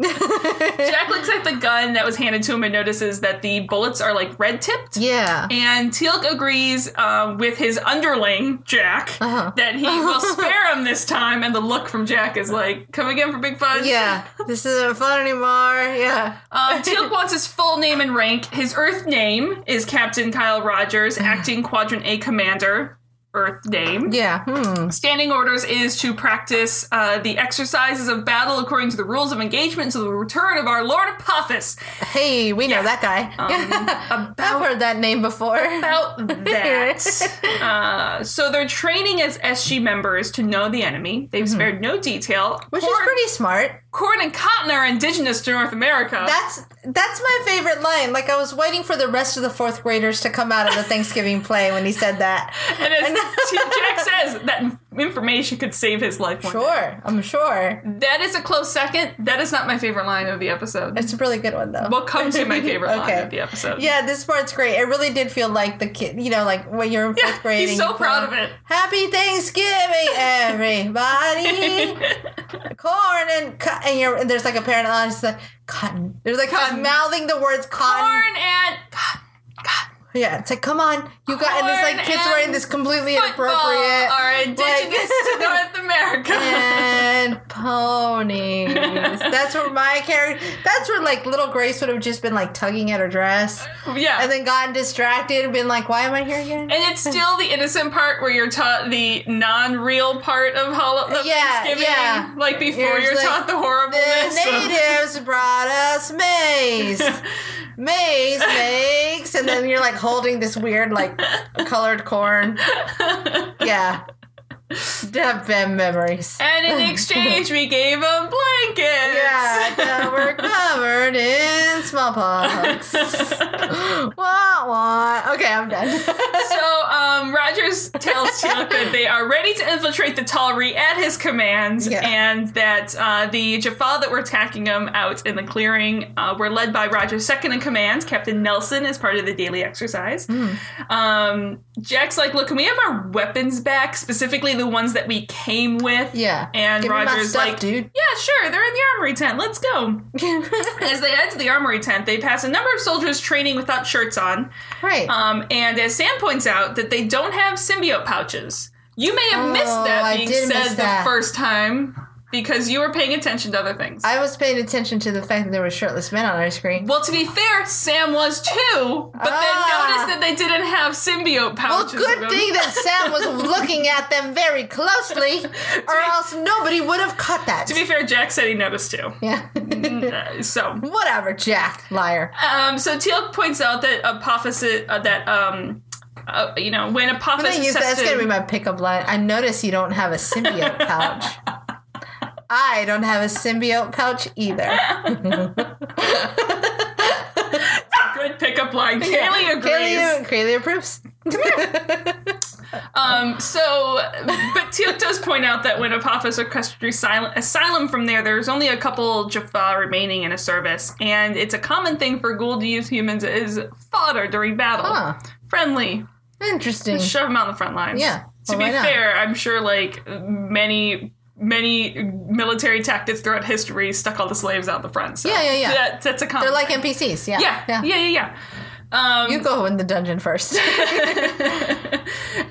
Speaker 1: Jack looks at the gun that was handed to him and notices that the bullets are like red tipped.
Speaker 2: Yeah.
Speaker 1: And Teal'c agrees um, with his underling Jack
Speaker 2: Uh-huh.
Speaker 1: that he
Speaker 2: [laughs]
Speaker 1: will spare him this time. And the look from Jack is like, "Come again for big fun."
Speaker 2: Yeah. This isn't fun anymore. Yeah.
Speaker 1: Um, Teal'c wants his full name and rank. His Earth name is Captain Kyle
Speaker 2: [sighs]
Speaker 1: Rogers, acting Quadrant A commander. Earth name.
Speaker 2: Yeah. Hmm.
Speaker 1: Standing orders is to practice uh, the exercises of battle according to the rules of engagement to the return of our Lord
Speaker 2: [laughs]
Speaker 1: Apophis.
Speaker 2: Hey, we know that guy.
Speaker 1: Um,
Speaker 2: I've heard that name before.
Speaker 1: about
Speaker 2: [laughs]
Speaker 1: that. uh, so they're training as SG members to know the enemy. They've spared no detail.
Speaker 2: Mm-hmm. Which is
Speaker 1: Poor-
Speaker 2: pretty smart.
Speaker 1: corn and cotton are indigenous to North America.
Speaker 2: That's that's my favorite line. Like I was waiting for the rest of the fourth graders to come out of the Thanksgiving play when he
Speaker 1: [laughs]
Speaker 2: said that.
Speaker 1: [laughs] and as Jack says, that information could save his life. one day.
Speaker 2: Sure, I'm sure.
Speaker 1: That is a close second. That is not my favorite line of the episode.
Speaker 2: It's a really good one though.
Speaker 1: We'll come to my favorite
Speaker 2: [laughs] Okay.
Speaker 1: line of the episode.
Speaker 2: Yeah, this part's great. It really did feel like the kid, you know, like when you're in fifth
Speaker 1: Yeah,
Speaker 2: grade.
Speaker 1: he's
Speaker 2: and
Speaker 1: so
Speaker 2: you
Speaker 1: proud
Speaker 2: go,
Speaker 1: of it.
Speaker 2: Happy Thanksgiving,
Speaker 1: [laughs]
Speaker 2: everybody. corn and co- and you're and there's like a parent on it's like cotton. There's like just
Speaker 1: Cotton.
Speaker 2: mouthing the words cotton.
Speaker 1: Corn and cotton
Speaker 2: Yeah, it's like come on, you got and there's like
Speaker 1: Corn
Speaker 2: kids
Speaker 1: and
Speaker 2: wearing this completely
Speaker 1: football
Speaker 2: inappropriate
Speaker 1: are
Speaker 2: like-
Speaker 1: indigenous to North
Speaker 2: [laughs]
Speaker 1: America.
Speaker 2: and ponies. That's where my character. That's where like little Grace would have just been like tugging at her dress,
Speaker 1: [laughs] yeah.
Speaker 2: and then gotten distracted and been like, "Why am I here again?"
Speaker 1: And it's still the innocent part where you're taught the non-real part of, hol- of
Speaker 2: Yeah,
Speaker 1: Thanksgiving.
Speaker 2: yeah.
Speaker 1: Like before
Speaker 2: You're
Speaker 1: you're,
Speaker 2: just
Speaker 1: taught
Speaker 2: like,
Speaker 1: the horribleness.
Speaker 2: The
Speaker 1: of-
Speaker 2: natives brought us maize. Maize makes, and then you're like holding this weird, like colored corn. Yeah. Dev bad memories.
Speaker 1: and in exchange, we gave them blankets.
Speaker 2: [laughs] Yeah, that we're covered in smallpox.
Speaker 1: [laughs]
Speaker 2: [laughs] wah, wah. Okay, I'm done. [laughs]
Speaker 1: So um, Rogers tells Chuck that they are ready to infiltrate the Talri at his commands,
Speaker 2: Yeah.
Speaker 1: and that uh, the Jaffa that were attacking him out in the clearing uh, were led by Rogers' second in command, Captain Nelson, as part of the daily exercise.
Speaker 2: Hmm.
Speaker 1: Um, Jack's like, "Look, can we have our weapons back? Specifically, the ones that we came with."
Speaker 2: Yeah.
Speaker 1: And
Speaker 2: Give me my
Speaker 1: Rogers
Speaker 2: stuff,
Speaker 1: like,
Speaker 2: dude. [laughs]
Speaker 1: "Yeah, sure. They're in the armory tent. Let's go." As they head to the armory tent, they pass a number of soldiers training without shirts on.
Speaker 2: right.
Speaker 1: Um, and as Sam points out, that they don't have symbiote pouches. You may have
Speaker 2: Oh,
Speaker 1: missed that
Speaker 2: I
Speaker 1: being
Speaker 2: did miss
Speaker 1: said the
Speaker 2: that.
Speaker 1: first time because you were paying attention to other things.
Speaker 2: I was paying attention to the fact that there were shirtless men on our screen.
Speaker 1: well, to be fair, Sam was too, but
Speaker 2: Ah.
Speaker 1: then noticed that they didn't have symbiote
Speaker 2: Well,
Speaker 1: pouches.
Speaker 2: Oh, good
Speaker 1: with them.
Speaker 2: thing that
Speaker 1: [laughs]
Speaker 2: Sam was looking at them very closely, or else nobody would have caught that.
Speaker 1: To be fair, Jack said he noticed too.
Speaker 2: [laughs] yeah.
Speaker 1: Uh, so,
Speaker 2: Whatever, Jack,
Speaker 1: [laughs]
Speaker 2: liar.
Speaker 1: um, so Teal points out that Apophis, uh, that um, uh, you know, when
Speaker 2: I'm
Speaker 1: Apophis
Speaker 2: gonna use that. That's gonna
Speaker 1: assisted-
Speaker 2: be my pickup line. I notice you don't have a
Speaker 1: [laughs]
Speaker 2: symbiote pouch. I don't have a symbiote pouch either.
Speaker 1: good pickup line. Kaylee agrees.
Speaker 2: Kaylee, Kaylee approves.
Speaker 1: Um, so, [laughs] but Teal does point out that when Apophis requested asyl- asylum from there, there's only a couple Jaffa remaining in a service, and it's a common thing for Ghoul to use humans as fodder during battle.
Speaker 2: Huh.
Speaker 1: Friendly,
Speaker 2: Interesting.
Speaker 1: shove them out on the front lines.
Speaker 2: Yeah.
Speaker 1: To
Speaker 2: Well,
Speaker 1: be
Speaker 2: why not?
Speaker 1: fair, I'm sure like many many military tactics throughout history stuck all the slaves out the front. So
Speaker 2: Yeah, yeah, yeah.
Speaker 1: That, that's a common.
Speaker 2: They're like
Speaker 1: thing.
Speaker 2: NPCs. Yeah.
Speaker 1: yeah, yeah, yeah, yeah. Um,
Speaker 2: You go in the dungeon first.
Speaker 1: [laughs] I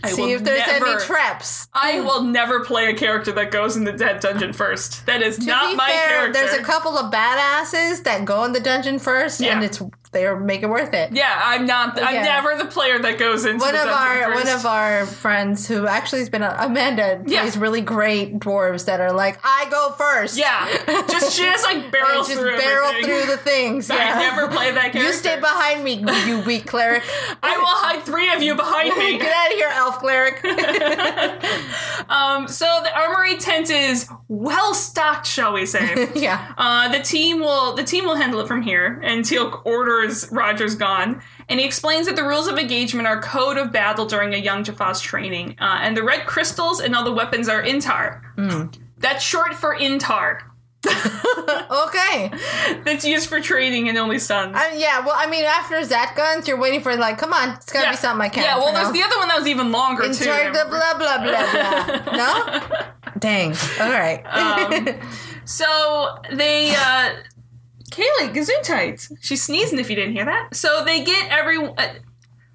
Speaker 1: will
Speaker 2: [laughs] See if there's any
Speaker 1: never-
Speaker 2: traps.
Speaker 1: I will never play a character that goes in the dead dungeon
Speaker 2: [laughs]
Speaker 1: first. That is
Speaker 2: To
Speaker 1: not
Speaker 2: be
Speaker 1: my
Speaker 2: fair,
Speaker 1: character.
Speaker 2: There's a couple of badasses that go in the dungeon first, and
Speaker 1: Yeah.
Speaker 2: it's they are make it worth it.
Speaker 1: yeah, I'm not. I'm
Speaker 2: Yeah.
Speaker 1: never the player that goes into
Speaker 2: One
Speaker 1: the
Speaker 2: of
Speaker 1: dungeon
Speaker 2: our
Speaker 1: first.
Speaker 2: one of our friends who actually has been a, Amanda
Speaker 1: Yeah.
Speaker 2: plays really great dwarves that are like I go first. [laughs]
Speaker 1: yeah, just she just like
Speaker 2: And
Speaker 1: barrels
Speaker 2: just
Speaker 1: through
Speaker 2: barrel
Speaker 1: everything.
Speaker 2: through the
Speaker 1: [laughs]
Speaker 2: things.
Speaker 1: I
Speaker 2: yeah.
Speaker 1: never play that character.
Speaker 2: [laughs] You stay behind me, you
Speaker 1: [laughs]
Speaker 2: weak cleric. [laughs]
Speaker 1: I will hide three of you behind me.
Speaker 2: Get out of here, elf
Speaker 1: [laughs]
Speaker 2: cleric. [laughs]
Speaker 1: Um, so the armory tent is well stocked, shall we
Speaker 2: [laughs]
Speaker 1: say?
Speaker 2: yeah.
Speaker 1: Uh, the team will the team will handle it from here, and Teal orders Rogers gone, and he explains that the rules of engagement are code of battle during a young Jaffa's training, uh, and the red crystals and all the weapons are intar.
Speaker 2: Hmm.
Speaker 1: That's short for intar.
Speaker 2: Okay.
Speaker 1: That's used for training and only stuns.
Speaker 2: Um, yeah. Well, I mean, after Zat guns, you're waiting for like, come on, it's gotta be something I can.
Speaker 1: Yeah, well,
Speaker 2: pronounce.
Speaker 1: there's the other one that was even longer too. I
Speaker 2: Insert the
Speaker 1: remember.
Speaker 2: blah blah
Speaker 1: [laughs]
Speaker 2: blah blah. No? Dang. All right.
Speaker 1: Uh, Um, So they, uh, Kaylee, gazoon tights. She's sneezing if you didn't hear that. So they get every. Uh,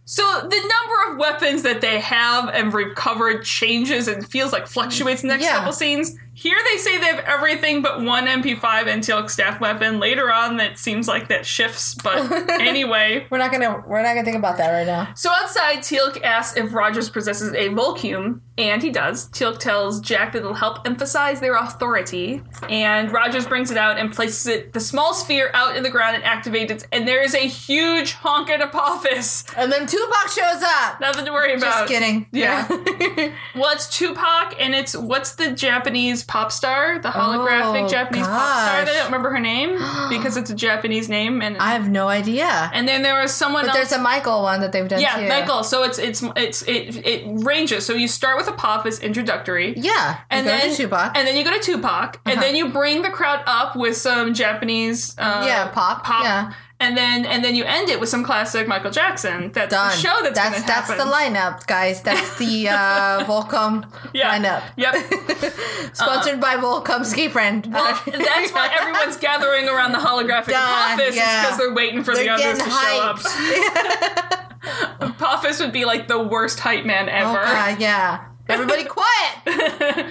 Speaker 1: so the number of weapons that they have and recovered changes and feels like fluctuates in the next
Speaker 2: Yeah.
Speaker 1: couple scenes. Here they say they have everything but one MP5 and Teal'c staff weapon. Later on, that seems like that shifts. But anyway,
Speaker 2: we're not gonna we're not gonna think about that right now.
Speaker 1: so outside, Teal'c asks if Rogers possesses a Volcume, and he does. Teal'c tells Jack that it'll help emphasize their authority, and Rogers brings it out and places it the small sphere out in the ground and activates it. And there is a huge honk at Apophis. [laughs]
Speaker 2: And then Tupac shows up.
Speaker 1: Nothing to worry about. [laughs]
Speaker 2: Just kidding.
Speaker 1: Yeah. well, it's Tupac, and it's what's the Japanese pop star, the holographic
Speaker 2: Oh,
Speaker 1: Japanese pop star.
Speaker 2: gosh.
Speaker 1: I don't remember her
Speaker 2: [gasps]
Speaker 1: name because it's a Japanese name, and
Speaker 2: [laughs] I have no idea.
Speaker 1: and then there was someone
Speaker 2: But
Speaker 1: else.
Speaker 2: there's a Michael one that they've done
Speaker 1: yeah,
Speaker 2: too.
Speaker 1: Michael. So it's it's it's it it ranges. So you start with a pop as introductory.
Speaker 2: Yeah. you
Speaker 1: And
Speaker 2: go
Speaker 1: then,
Speaker 2: to Tupac. Uh-huh.
Speaker 1: and then you go to Tupac, and then you bring the crowd up with some Japanese, uh,
Speaker 2: Yeah, pop, yeah.
Speaker 1: and then and then you end it with some classic Michael Jackson. That's
Speaker 2: done.
Speaker 1: the show that's
Speaker 2: that's
Speaker 1: gonna
Speaker 2: that's the
Speaker 1: happen.
Speaker 2: lineup, guys. That's
Speaker 1: [laughs]
Speaker 2: the uh, Volcom lineup. [laughs]
Speaker 1: Yep.
Speaker 2: Sponsored by Volcom's gay friend.
Speaker 1: Well, Uh,
Speaker 2: [laughs]
Speaker 1: that's why everyone's gathering around the holographic
Speaker 2: Done,
Speaker 1: Apophis
Speaker 2: yeah.
Speaker 1: because they're waiting for the
Speaker 2: They're
Speaker 1: others
Speaker 2: getting
Speaker 1: to show up. Apophis would be like the worst hype man
Speaker 2: Oh
Speaker 1: ever.
Speaker 2: god, yeah.
Speaker 1: [laughs]
Speaker 2: Everybody quiet.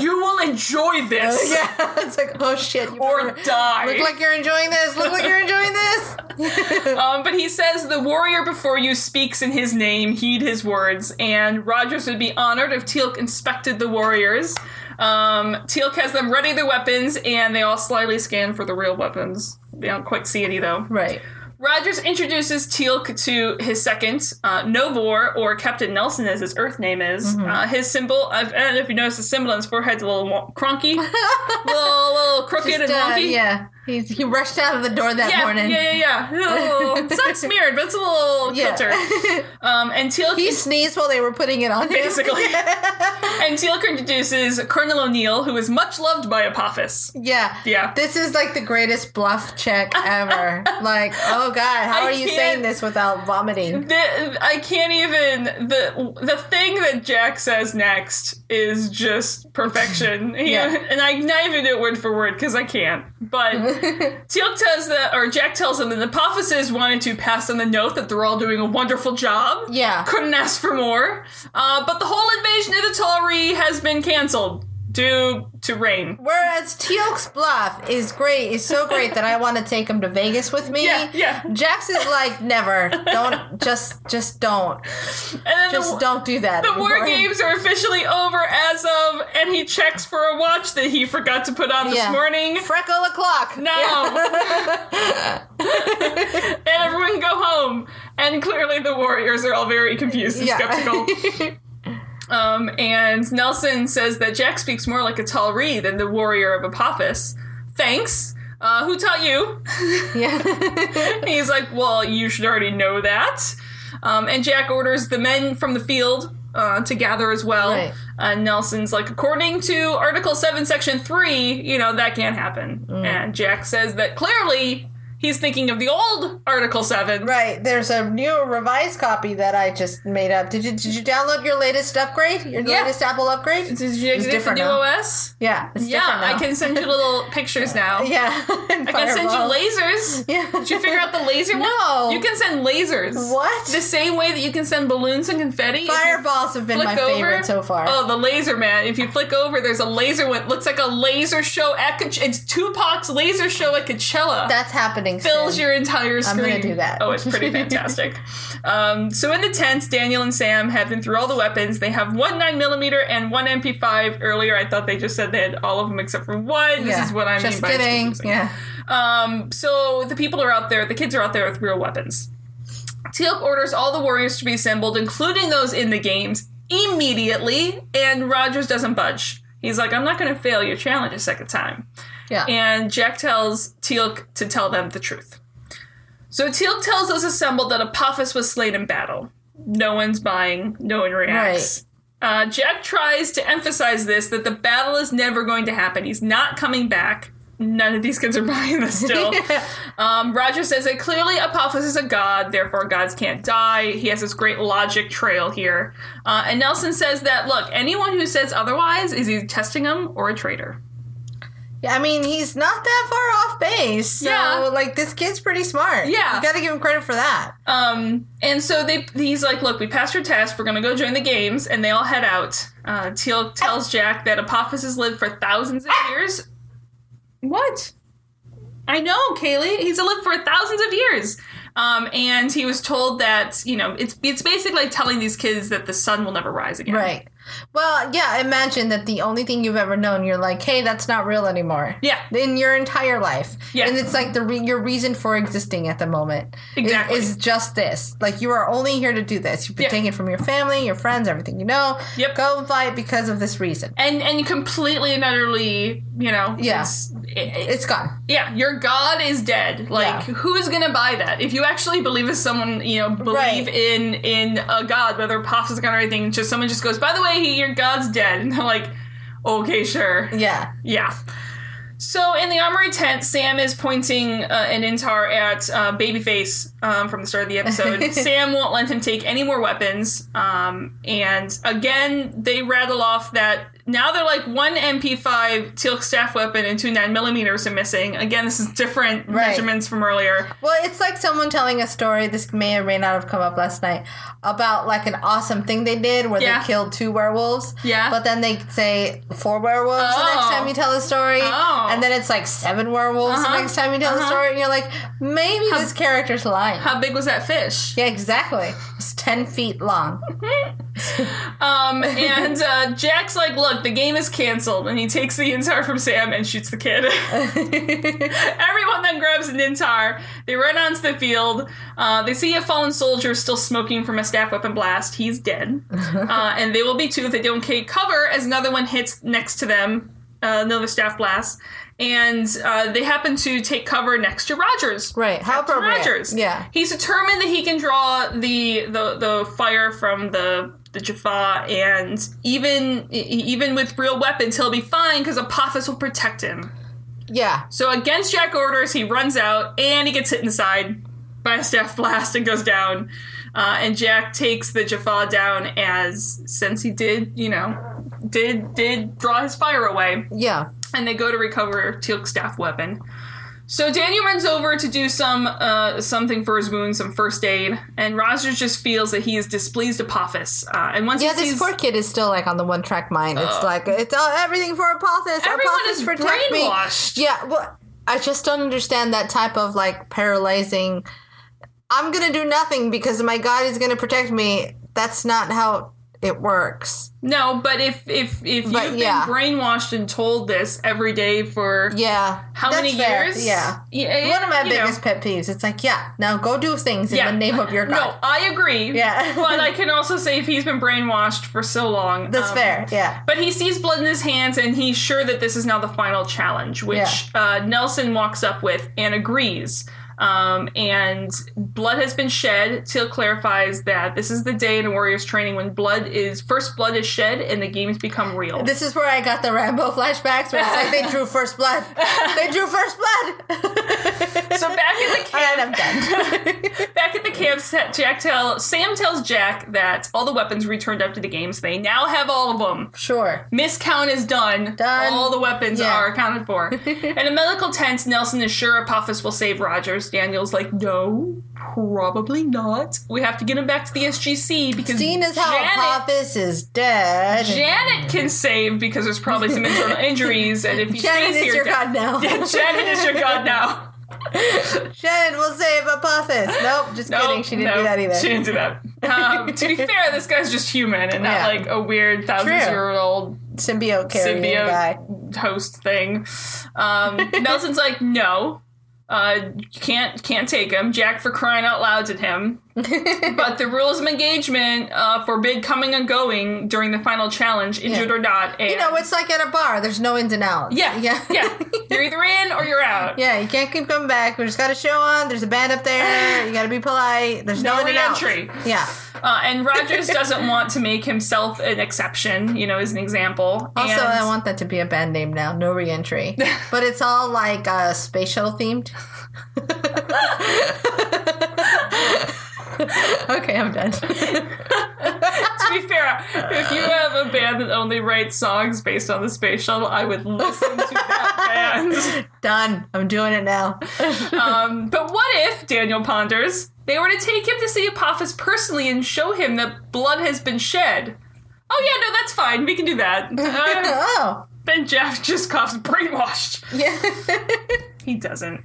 Speaker 1: you will enjoy this
Speaker 2: [laughs] yeah, it's like oh shit. You
Speaker 1: or
Speaker 2: better-
Speaker 1: die.
Speaker 2: Look like you're enjoying this. Look like you're
Speaker 1: [laughs]
Speaker 2: enjoying this.
Speaker 1: Um, but he says the warrior before you speaks in his name, heed his words. And Rogers would be honored if Teal'c inspected the warriors. Um, Teal'c has them ready their weapons, and they all slyly scan for the real weapons. They don't quite see any though.
Speaker 2: Right.
Speaker 1: Rogers introduces Teal'c to his second, uh, Novor, or Captain Nelson as his Earth name is.
Speaker 2: Mm-hmm.
Speaker 1: Uh, his symbol, I don't know if you notice the symbol on his forehead's a little wo-
Speaker 2: [laughs]
Speaker 1: cronky, little, little crooked and
Speaker 2: Just, uh,
Speaker 1: wonky.
Speaker 2: yeah. He, he rushed out of the door that
Speaker 1: Yeah,
Speaker 2: morning.
Speaker 1: yeah, yeah, yeah. Oh,
Speaker 2: [laughs]
Speaker 1: it's not smeared, but it's a little
Speaker 2: Yeah.
Speaker 1: filter. Um, and Teal'c
Speaker 2: [laughs] He sneezed while they were putting it on
Speaker 1: [laughs]
Speaker 2: him. [laughs]
Speaker 1: basically, [laughs] and Teal'c introduces Colonel O'Neill, who is much loved by Apophis.
Speaker 2: Yeah.
Speaker 1: Yeah.
Speaker 2: This is like the greatest bluff check
Speaker 1: [laughs]
Speaker 2: ever. like, oh God, how
Speaker 1: I
Speaker 2: are you
Speaker 1: can't-
Speaker 2: saying this without
Speaker 1: [laughs]
Speaker 2: vomiting?
Speaker 1: The, I can't even the the thing that Jack says next is just perfection. He-
Speaker 2: [laughs] Yeah.
Speaker 1: [laughs] and I can not even do it word for word because I can't. But
Speaker 2: [laughs]
Speaker 1: Teal'c tells that, or Jack tells them that the Apophyses wanted to pass on the note that they're all doing a wonderful job.
Speaker 2: Yeah.
Speaker 1: couldn't ask for more. Uh, but the whole invasion of the Tal'ri has been canceled due to rain.
Speaker 2: Whereas Teal'c's bluff is great, is so great that I want to take him to Vegas with me.
Speaker 1: Yeah, yeah.
Speaker 2: Jax is like, never. Don't just just don't.
Speaker 1: And then the-
Speaker 2: Just don't do that.
Speaker 1: The war
Speaker 2: anymore.
Speaker 1: games are officially over as of, and he checks for a watch that he forgot to put on
Speaker 2: Yeah.
Speaker 1: this morning.
Speaker 2: Freckle o'clock.
Speaker 1: No. [laughs]
Speaker 2: [laughs]
Speaker 1: and everyone go home. And clearly the warriors are all very confused and
Speaker 2: Yeah.
Speaker 1: skeptical.
Speaker 2: [laughs]
Speaker 1: um, and Nelson says that Jack speaks more like a Tal'ri than the warrior of Apophis. Thanks. Uh, who taught you?
Speaker 2: Yeah. [laughs]
Speaker 1: He's like, well, you should already know that. Um, and Jack orders the men from the field uh, to gather as well.
Speaker 2: Right.
Speaker 1: And Nelson's like, according to Article 7, Section 3, you know, that can't happen.
Speaker 2: Mm.
Speaker 1: And Jack says that clearly he's thinking of the old Article 7.
Speaker 2: Right, there's a new revised copy that I just made up. Did you did you download your latest upgrade? Your
Speaker 1: Yeah.
Speaker 2: latest Apple upgrade?
Speaker 1: Did you get
Speaker 2: It's
Speaker 1: the
Speaker 2: different
Speaker 1: new
Speaker 2: now.
Speaker 1: OS?
Speaker 2: Yeah, it's
Speaker 1: Yeah,
Speaker 2: different now.
Speaker 1: I can send you little pictures now.
Speaker 2: [laughs] Yeah, I
Speaker 1: I can send you lasers.
Speaker 2: [laughs] Yeah.
Speaker 1: Did you figure out the laser one?
Speaker 2: [laughs] No.
Speaker 1: You can send lasers.
Speaker 2: What?
Speaker 1: The same way that you can send balloons and confetti. if you
Speaker 2: Fireballs have been my
Speaker 1: flick over-
Speaker 2: favorite so far.
Speaker 1: Oh, the laser man! If you flick over, there's a laser one. Looks like a laser show at Coach- it's Tupac's laser show at Coachella.
Speaker 2: That's happening.
Speaker 1: fills
Speaker 2: soon.
Speaker 1: your entire
Speaker 2: I'm
Speaker 1: screen.
Speaker 2: gonna do that.
Speaker 1: Oh, it's pretty
Speaker 2: [laughs]
Speaker 1: fantastic. um, so in the tents, Daniel and Sam have been through all the weapons. They have one nine millimeter and one MP5. Earlier, I thought they just said they had all of them except for one.
Speaker 2: Yeah.
Speaker 1: This is what I mean
Speaker 2: just
Speaker 1: by it's
Speaker 2: kidding.
Speaker 1: confusing.
Speaker 2: Yeah,
Speaker 1: Um, so the people are out there, the kids are out there with real weapons. Teal'c orders all the warriors to be assembled, including those in the games, immediately, and Rogers doesn't budge. He's like, I'm not going to fail your challenge a second time.
Speaker 2: yeah.
Speaker 1: And Jack tells Teal'c to tell them the truth. So Teal'c tells those assembled that Apophis was slain in battle. No one's buying, no one reacts. Uh, Jack tries to emphasize this that the battle is never going to happen. He's not coming back. None of these kids are [laughs] buying this still. Um, Roger says that clearly Apophis is a god, therefore gods can't die. He has this great logic trail here. Uh, and Nelson says that, look, anyone who says otherwise is either testing him or a traitor.
Speaker 2: Yeah, I mean, he's not that far off base. So,
Speaker 1: Yeah.
Speaker 2: like, this kid's pretty smart.
Speaker 1: Yeah.
Speaker 2: You gotta give him credit for that.
Speaker 1: Um, and so they, he's like, "Look, we passed your test. We're gonna go join the games." And they all head out. Uh, Teal tells Jack that Apophis has lived for thousands of years. What? I know, Kaylee. He's lived for thousands of years. Um, and he was told that you know it's it's basically like telling these kids that the sun will never rise again.
Speaker 2: Right. Well, yeah, imagine that the only thing you've ever known, you're like, hey, that's not real anymore.
Speaker 1: Yeah.
Speaker 2: In your entire life.
Speaker 1: Yeah.
Speaker 2: And it's like the re- your reason for existing at the moment i-
Speaker 1: Exactly.
Speaker 2: is, just this. Like, you are only here to do this. You've been
Speaker 1: Yeah.
Speaker 2: taken from your family, your friends, everything you know.
Speaker 1: Yep.
Speaker 2: Go and fight because of this reason.
Speaker 1: and and completely and utterly, you know,
Speaker 2: Yeah.
Speaker 1: it's- it-
Speaker 2: It's gone.
Speaker 1: yeah, your god is dead. Like,
Speaker 2: Yeah.
Speaker 1: who's gonna buy that? If you actually believe in someone, you know, believe
Speaker 2: Right.
Speaker 1: in in a god, whether Pops is a god or anything, just someone just goes, by the way, your god's dead, [laughs] and they're like, okay, sure,
Speaker 2: Yeah.
Speaker 1: yeah. So in the armory tent, Sam is pointing uh, an intar at uh, Babyface um, from the start of the
Speaker 2: [laughs]
Speaker 1: episode. Sam won't let him take any more weapons. Um, and again, they rattle off that now they're like one MP5 teal staff weapon and two 9mm are missing. Again, this is different
Speaker 2: Right.
Speaker 1: measurements from earlier.
Speaker 2: Well, it's like someone telling a story. This may or may not have come up last night about like an awesome thing they did where
Speaker 1: Yeah.
Speaker 2: they killed two werewolves.
Speaker 1: Yeah.
Speaker 2: But then they say four werewolves the
Speaker 1: Oh.
Speaker 2: next time you tell the story,
Speaker 1: Oh.
Speaker 2: and then it's like seven werewolves
Speaker 1: Uh-huh.
Speaker 2: the next time you tell the
Speaker 1: Uh-huh.
Speaker 2: story, and you're like, maybe this character's lying.
Speaker 1: How big was that fish?
Speaker 2: yeah, exactly. It's ten
Speaker 1: [laughs]
Speaker 2: feet long. [laughs]
Speaker 1: Um, and uh, Jack's like, look, the game is canceled. And he takes the Intar from Sam and shoots the kid. [laughs] Everyone then grabs an Intar. They run onto the field. Uh, they see a fallen soldier still smoking from a staff weapon blast. He's
Speaker 2: [laughs]
Speaker 1: dead. Uh, and they will be too if they don't take cover as another one hits next to them, uh, another staff blast. And uh, they happen to take cover next to Rogers.
Speaker 2: Right. How
Speaker 1: Captain
Speaker 2: appropriate.
Speaker 1: Rogers.
Speaker 2: Yeah.
Speaker 1: He's determined that he can draw the the, the fire from the the Jaffa, and even e- even with real weapons, he'll be fine because Apophis will protect him.
Speaker 2: Yeah.
Speaker 1: So against Jack orders, he runs out and he gets hit in the side by a staff blast and goes down. Uh, and Jack takes the Jaffa down as since he did, you know, did did draw his fire away
Speaker 2: Yeah.
Speaker 1: and they go to recover Teal'c's staff weapon. So Daniel runs over to do some uh, something for his wounds, some first aid, and Rogers just feels that he is displeased Apophis. Uh, and once
Speaker 2: Yeah,
Speaker 1: he
Speaker 2: this
Speaker 1: sees
Speaker 2: poor kid is still like on the one track mind. It's like it's all everything for Apophis.
Speaker 1: everyone
Speaker 2: Apophis
Speaker 1: is
Speaker 2: protect me.
Speaker 1: brainwashed,
Speaker 2: Yeah, well, I just don't understand that type of like paralyzing. I'm gonna do nothing because my God is gonna protect me. That's not how it works.
Speaker 1: no, but if if if you've
Speaker 2: But, yeah.
Speaker 1: been brainwashed and told this every day for
Speaker 2: Yeah,
Speaker 1: how
Speaker 2: that's
Speaker 1: many
Speaker 2: fair.
Speaker 1: years?
Speaker 2: Yeah,
Speaker 1: yeah
Speaker 2: one of my
Speaker 1: you know.
Speaker 2: biggest pet peeves. It's like, yeah, now go do things in
Speaker 1: Yeah.
Speaker 2: the name
Speaker 1: [laughs]
Speaker 2: of your
Speaker 1: No,
Speaker 2: God.
Speaker 1: I agree.
Speaker 2: [laughs] Yeah.
Speaker 1: but I can also say if he's been brainwashed for so long,
Speaker 2: that's
Speaker 1: um,
Speaker 2: fair. Yeah,
Speaker 1: But he sees blood in his hands and he's sure that this is now the final challenge, which uh, Nelson walks up with and agrees. Um, and blood has been shed. Teal clarifies that this is the day in warrior's training when blood is first blood is shed and the games become real.
Speaker 2: this is where I got the Rambo [laughs] flashbacks. Where it's like they drew first blood. They drew first blood. [laughs]
Speaker 1: so back in the
Speaker 2: All right,
Speaker 1: [laughs] camp,
Speaker 2: I'm done. [laughs]
Speaker 1: back at the camp, Sa- Jack tell Sam tells Jack that all the weapons returned after the games. They now have all of them.
Speaker 2: Sure.
Speaker 1: Miscount is done.
Speaker 2: Done.
Speaker 1: All the weapons
Speaker 2: Yeah.
Speaker 1: are accounted
Speaker 2: [laughs]
Speaker 1: for. In a medical tent, Nelson is sure Apophis will save Rogers. Daniel's like, no, probably not. We have to get him back to the SGC because
Speaker 2: Seeing as how
Speaker 1: Janet,
Speaker 2: Apophis is dead,
Speaker 1: Janet can save because there's probably some
Speaker 2: [laughs]
Speaker 1: internal injuries, and if he
Speaker 2: Janet
Speaker 1: stays
Speaker 2: is
Speaker 1: here,
Speaker 2: your
Speaker 1: Dan-
Speaker 2: God
Speaker 1: [laughs]
Speaker 2: now.
Speaker 1: Janet is your god
Speaker 2: [laughs]
Speaker 1: now.
Speaker 2: Shannon will save Apophis. Nope, just
Speaker 1: No,
Speaker 2: kidding. She didn't
Speaker 1: no,
Speaker 2: do that either.
Speaker 1: She didn't do that. Um, to
Speaker 2: [laughs]
Speaker 1: be fair, this guy's just human and
Speaker 2: Yeah.
Speaker 1: not like a weird thousand-year-old
Speaker 2: Symbiote carrying
Speaker 1: symbiote
Speaker 2: guy.
Speaker 1: host thing.
Speaker 2: [laughs]
Speaker 1: Um, Nelson's like, no, uh, can't can't take him. Jack for crying out loud at
Speaker 2: [laughs]
Speaker 1: him. but the rules of engagement uh, forbid coming and going during the final challenge, injured or not. And
Speaker 2: You know, it's like at a bar. There's no ins and outs.
Speaker 1: yeah,
Speaker 2: [laughs] yeah,
Speaker 1: yeah, yeah. You're either in or you're out.
Speaker 2: Yeah, you can't keep coming back. We just got a show on. There's a band up there. You got to be polite. There's no,
Speaker 1: No
Speaker 2: in and outs.
Speaker 1: re-entry.
Speaker 2: Yeah.
Speaker 1: Uh, and Rogers doesn't want to make himself an exception, you know, as an example.
Speaker 2: Also,
Speaker 1: and
Speaker 2: I want that to be a band name now.
Speaker 1: [laughs]
Speaker 2: No re-entry. but it's all like uh, space shuttle themed. [laughs] okay,
Speaker 1: [laughs]
Speaker 2: I'm done.
Speaker 1: to be fair, if you have a band that only writes songs based on the space shuttle, I would listen to that band.
Speaker 2: done. I'm doing it now.
Speaker 1: Um, but what if, Daniel ponders, they were to take him to see Apophis personally and show him that blood has been shed? Oh, yeah, no, that's fine. We can do that. Uh,
Speaker 2: [laughs] oh,
Speaker 1: ben Jeff just coughs brainwashed.
Speaker 2: yeah, [laughs]
Speaker 1: He doesn't.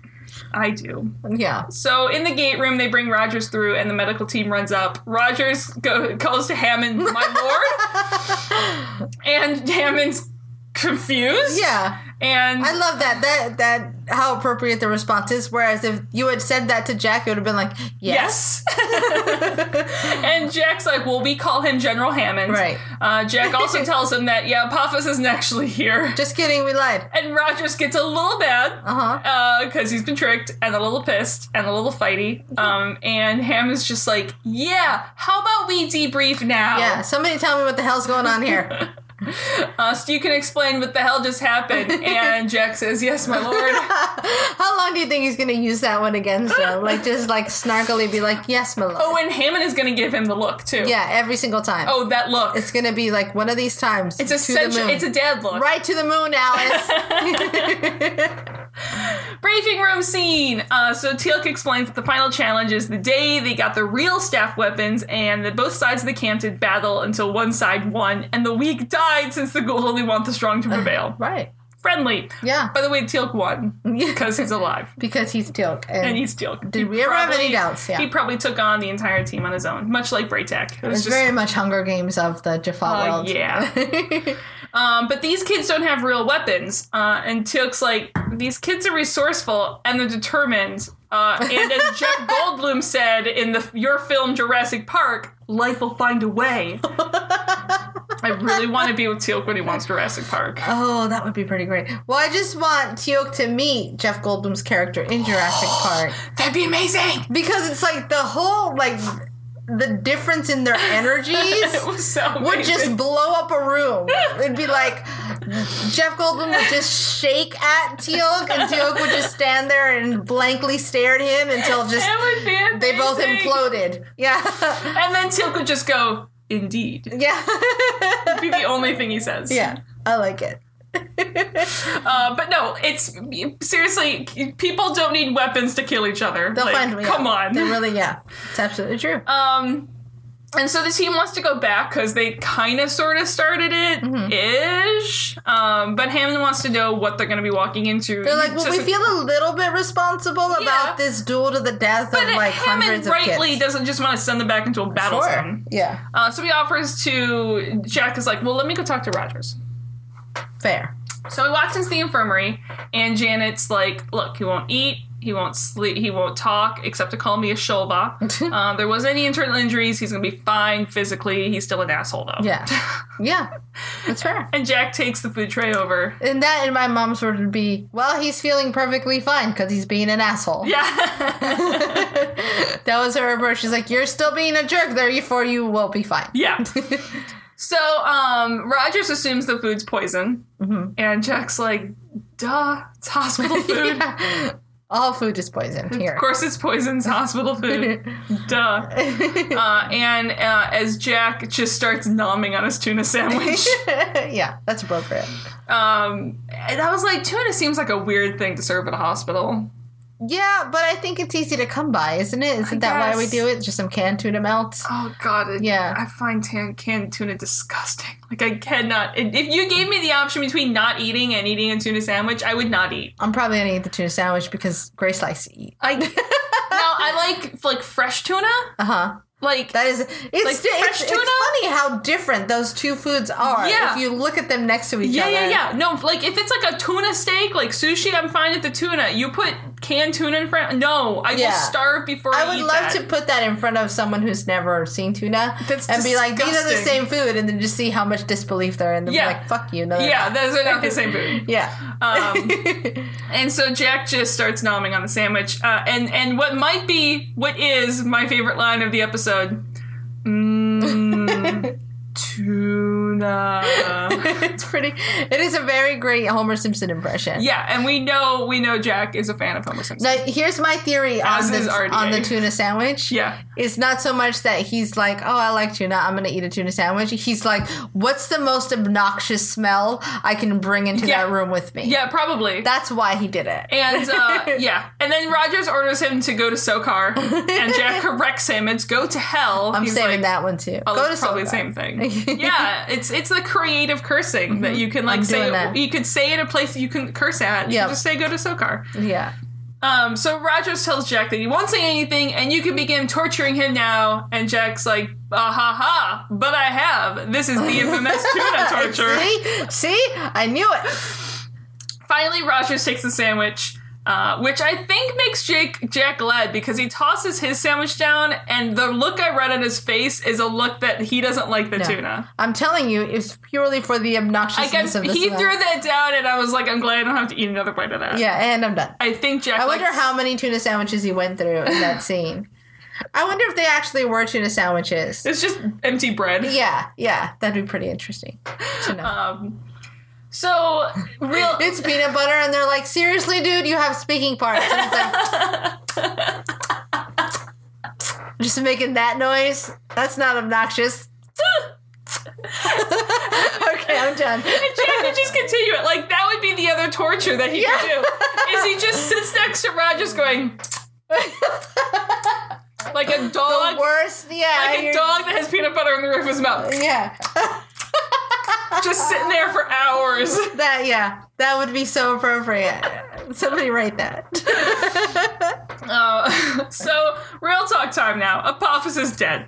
Speaker 1: I do.
Speaker 2: yeah.
Speaker 1: So in the gate room, they bring Rogers through, and the medical team runs up. Rogers go- calls to Hammond, "My lord,"
Speaker 2: [laughs]
Speaker 1: and Hammond's confused.
Speaker 2: Yeah.
Speaker 1: And
Speaker 2: I love that. That that how appropriate the response is. Whereas if you had said that to Jack, it would have been like, yes.
Speaker 1: Yes. [laughs] and Jack's like, well, we call him General Hammond.
Speaker 2: Right.
Speaker 1: Uh,
Speaker 2: [laughs]
Speaker 1: Jack also tells him that, yeah, Apophis isn't actually here.
Speaker 2: [laughs] Just kidding, we lied.
Speaker 1: And Rogers gets a little bad
Speaker 2: Uh-huh.
Speaker 1: because he's been tricked and a little pissed and a little fighty.
Speaker 2: Mm-hmm.
Speaker 1: Um, and Hammond's just like, yeah, how about we debrief now?
Speaker 2: Yeah, somebody tell me what the hell's going on
Speaker 1: [laughs]
Speaker 2: here.
Speaker 1: Uh, so you can explain what the hell just
Speaker 2: [laughs]
Speaker 1: happened. and Jack says, yes, my lord.
Speaker 2: How long do you think he's gonna use that one again? So like just like snarkily be like, yes, my lord.
Speaker 1: oh, and Hammond is going to give him the look, too.
Speaker 2: yeah, every single time.
Speaker 1: Oh, that look.
Speaker 2: It's gonna be like one of these times.
Speaker 1: it's a,
Speaker 2: to the
Speaker 1: sensu-
Speaker 2: moon.
Speaker 1: it's a dad look.
Speaker 2: right to the moon, Alice.
Speaker 1: [laughs] briefing room scene. Uh, so Teal'c explains that the final challenge is the day they got the real staff weapons, and that both sides of the camp did battle until one side won, and the weak died since the ghouls only want the strong to prevail.
Speaker 2: [laughs] right.
Speaker 1: Friendly.
Speaker 2: Yeah.
Speaker 1: By the way, Teal'c
Speaker 2: [laughs]
Speaker 1: won because he's alive.
Speaker 2: because he's Tilk.
Speaker 1: And he's Teal'c.
Speaker 2: Did we ever have any doubts? Yeah.
Speaker 1: He probably took on the entire team on his own, much like Braytek. It was
Speaker 2: it's
Speaker 1: just
Speaker 2: very much Hunger Games of the Jaffa
Speaker 1: Uh,
Speaker 2: world.
Speaker 1: yeah.
Speaker 2: [laughs]
Speaker 1: um, but these kids don't have real weapons. Uh, and Teal'c's like, these kids are resourceful and they're determined. Uh, and
Speaker 2: [laughs]
Speaker 1: as Jeff Goldblum said in the your film Jurassic Park, life will find a way.
Speaker 2: [laughs]
Speaker 1: I really want to be with Teal'c when he wants Jurassic Park.
Speaker 2: Oh, that would be pretty great. Well, I just want Teal'c to meet Jeff Goldblum's character in
Speaker 1: [gasps]
Speaker 2: Jurassic Park
Speaker 1: That'd be amazing.
Speaker 2: because it's like the whole like the difference in their
Speaker 1: [laughs]
Speaker 2: energies
Speaker 1: [laughs] It was so amazing.
Speaker 2: would just blow up a room. It'd
Speaker 1: [laughs]
Speaker 2: be like Jeff Goldblum would just shake at Teal'c, and Teal'c would just stand there and blankly stare at him until just
Speaker 1: It would be
Speaker 2: they both
Speaker 1: amazing.
Speaker 2: imploded. Yeah, [laughs]
Speaker 1: And then Teal'c would just go, indeed.
Speaker 2: yeah,
Speaker 1: That'd be the only thing he says.
Speaker 2: yeah. [laughs] I like it.
Speaker 1: Uh, but no, it's seriously, people don't need weapons to kill each other.
Speaker 2: They'll
Speaker 1: Like,
Speaker 2: find me.
Speaker 1: Come
Speaker 2: yeah.
Speaker 1: on.
Speaker 2: They really, yeah. It's absolutely true.
Speaker 1: um, and so the team wants to go back because they kind of sort of started it
Speaker 2: Mm-hmm.
Speaker 1: ish. Um, but Hammond wants to know what they're going to be walking into.
Speaker 2: They're like, well, we feel a little bit responsible
Speaker 1: Yeah.
Speaker 2: about this duel to the death of
Speaker 1: But
Speaker 2: like
Speaker 1: Hammond
Speaker 2: hundreds of
Speaker 1: rightly
Speaker 2: kids.
Speaker 1: doesn't just want to send them back into a battle
Speaker 2: Sure.
Speaker 1: zone.
Speaker 2: Yeah,
Speaker 1: Uh, so he offers to Jack is like, well, let me go talk to Rogers.
Speaker 2: fair.
Speaker 1: So he walks into the infirmary, and Janet's like, "Look, he won't eat, he won't sleep, he won't talk, except to call me a shulba. uh, there wasn't any internal injuries. He's gonna be fine physically. He's still an asshole though."
Speaker 2: [laughs] Yeah, yeah, that's fair.
Speaker 1: And Jack takes the food tray over.
Speaker 2: And that, in my mom's word, would be, well, he's feeling perfectly fine because he's being an asshole.
Speaker 1: Yeah,
Speaker 2: [laughs]
Speaker 1: [laughs]
Speaker 2: That was her approach. She's like, you're still being a jerk, therefore you will be fine.
Speaker 1: yeah.
Speaker 2: [laughs]
Speaker 1: So um, Rogers assumes the food's poison, and Jack's like, "Duh, it's hospital food."
Speaker 2: Mm-hmm. [laughs] Yeah. All food is poison here.
Speaker 1: Of
Speaker 2: [laughs]
Speaker 1: course, it's poison's hospital food. Duh. Uh, and uh, as Jack just starts nomming on his tuna
Speaker 2: [laughs]
Speaker 1: sandwich,
Speaker 2: yeah, that's appropriate.
Speaker 1: um, and I was like, tuna seems like a weird thing to serve at a hospital.
Speaker 2: Yeah, but I think it's easy to come by, isn't it? Isn't that why we
Speaker 1: guess.
Speaker 2: do it? Just some canned tuna melts.
Speaker 1: Oh God, it,
Speaker 2: Yeah.
Speaker 1: I find tan- canned tuna disgusting. Like I cannot. If if you gave me the option between not eating and eating a tuna sandwich, I would not eat.
Speaker 2: I'm probably gonna eat the tuna sandwich because Grace likes to eat.
Speaker 1: [laughs] I no, I like like fresh tuna.
Speaker 2: Uh huh.
Speaker 1: Uh-huh. Like
Speaker 2: That is, it's, it's,
Speaker 1: fresh
Speaker 2: it's,
Speaker 1: tuna?
Speaker 2: funny how different those two foods are.
Speaker 1: Yeah.
Speaker 2: If you look at them next to each
Speaker 1: Yeah,
Speaker 2: other.
Speaker 1: yeah, yeah. No, like if it's like a tuna steak, like sushi, I'm fine with the tuna. You put canned tuna in front. No, I
Speaker 2: Yeah.
Speaker 1: will starve before I,
Speaker 2: I would
Speaker 1: eat
Speaker 2: love
Speaker 1: that.
Speaker 2: to put that in front of someone who's never seen tuna
Speaker 1: That's
Speaker 2: and be like, these are the
Speaker 1: disgusting.
Speaker 2: same food, and then just see how much disbelief they're in. They're
Speaker 1: Yeah.
Speaker 2: like, fuck you. No, they're
Speaker 1: Yeah,
Speaker 2: not.
Speaker 1: those are [laughs] not the same food.
Speaker 2: Yeah. [laughs]
Speaker 1: Um, and so Jack just starts nomming on the sandwich. Uh, and and what might be what is my favorite line of the episode.
Speaker 2: [laughs]
Speaker 1: Mm, tuna.
Speaker 2: it's pretty, it is a very great Homer Simpson impression.
Speaker 1: Yeah, and we know we know Jack is a fan of Homer Simpson.
Speaker 2: Now, here's my theory
Speaker 1: As
Speaker 2: on
Speaker 1: is
Speaker 2: the,
Speaker 1: RDA.
Speaker 2: on the tuna sandwich.
Speaker 1: Yeah.
Speaker 2: It's not so much that he's like, oh, I like tuna. I'm going to eat a tuna sandwich. He's like, what's the most obnoxious smell I can bring into
Speaker 1: Yeah.
Speaker 2: that room with me?
Speaker 1: Yeah, probably.
Speaker 2: That's why he did it.
Speaker 1: And
Speaker 2: [laughs]
Speaker 1: uh, yeah, and then Rogers orders him to go to SoCar, and Jack corrects him. It's go to hell.
Speaker 2: I'm
Speaker 1: He's like,
Speaker 2: saving that one too.
Speaker 1: Oh,
Speaker 2: Go to
Speaker 1: that's probably the same
Speaker 2: Soca. [laughs]
Speaker 1: thing. yeah, it's it's the creative cursing that you can like
Speaker 2: Mm-hmm. I'm
Speaker 1: say.
Speaker 2: doing that.
Speaker 1: You could say in a place you can curse at. You
Speaker 2: Yeah.
Speaker 1: can just say go to SoCar.
Speaker 2: Yeah.
Speaker 1: Um, so Rogers tells Jack that he won't say anything and you can begin torturing him now. And Jack's like, ah ha ha, but I have. This is the
Speaker 2: [laughs]
Speaker 1: infamous tuna [laughs] torture.
Speaker 2: See? See? I knew it.
Speaker 1: Finally, Rogers takes the sandwich, uh, which I think makes Jake Jack glad because he tosses his sandwich down, and the look I read on his face is a look that he doesn't like the
Speaker 2: No.
Speaker 1: tuna.
Speaker 2: I'm telling you, it's purely for the
Speaker 1: I guess
Speaker 2: obnoxiousness of this.
Speaker 1: he
Speaker 2: smell.
Speaker 1: threw that down, and I was like, I'm glad I don't have to eat another bite of that.
Speaker 2: Yeah, and I'm done.
Speaker 1: I think Jack.
Speaker 2: I
Speaker 1: likes-
Speaker 2: wonder how many tuna sandwiches he went through in that scene. I wonder if they actually were tuna sandwiches.
Speaker 1: It's just empty bread.
Speaker 2: Yeah, yeah, that'd be pretty interesting to know.
Speaker 1: Um, so real.
Speaker 2: [laughs] it's peanut butter, and they're like, "Seriously, dude, you have speaking parts." And
Speaker 1: [laughs]
Speaker 2: it's like- just making that noise. That's
Speaker 1: [laughs]
Speaker 2: not obnoxious. okay,
Speaker 1: [laughs]
Speaker 2: I'm done.
Speaker 1: Jack could just continue it. Like that would be the other torture that he could do. Is he just sits next to Rogers going like a dog,
Speaker 2: The worst, yeah,
Speaker 1: like a
Speaker 2: you're-
Speaker 1: dog that has peanut butter in the roof of his mouth,
Speaker 2: yeah.
Speaker 1: just sitting there for
Speaker 2: [laughs]
Speaker 1: hours.
Speaker 2: That yeah, that would be so appropriate. Somebody
Speaker 1: [laughs]
Speaker 2: write that.
Speaker 1: Uh, so real talk time now. Apophis is dead.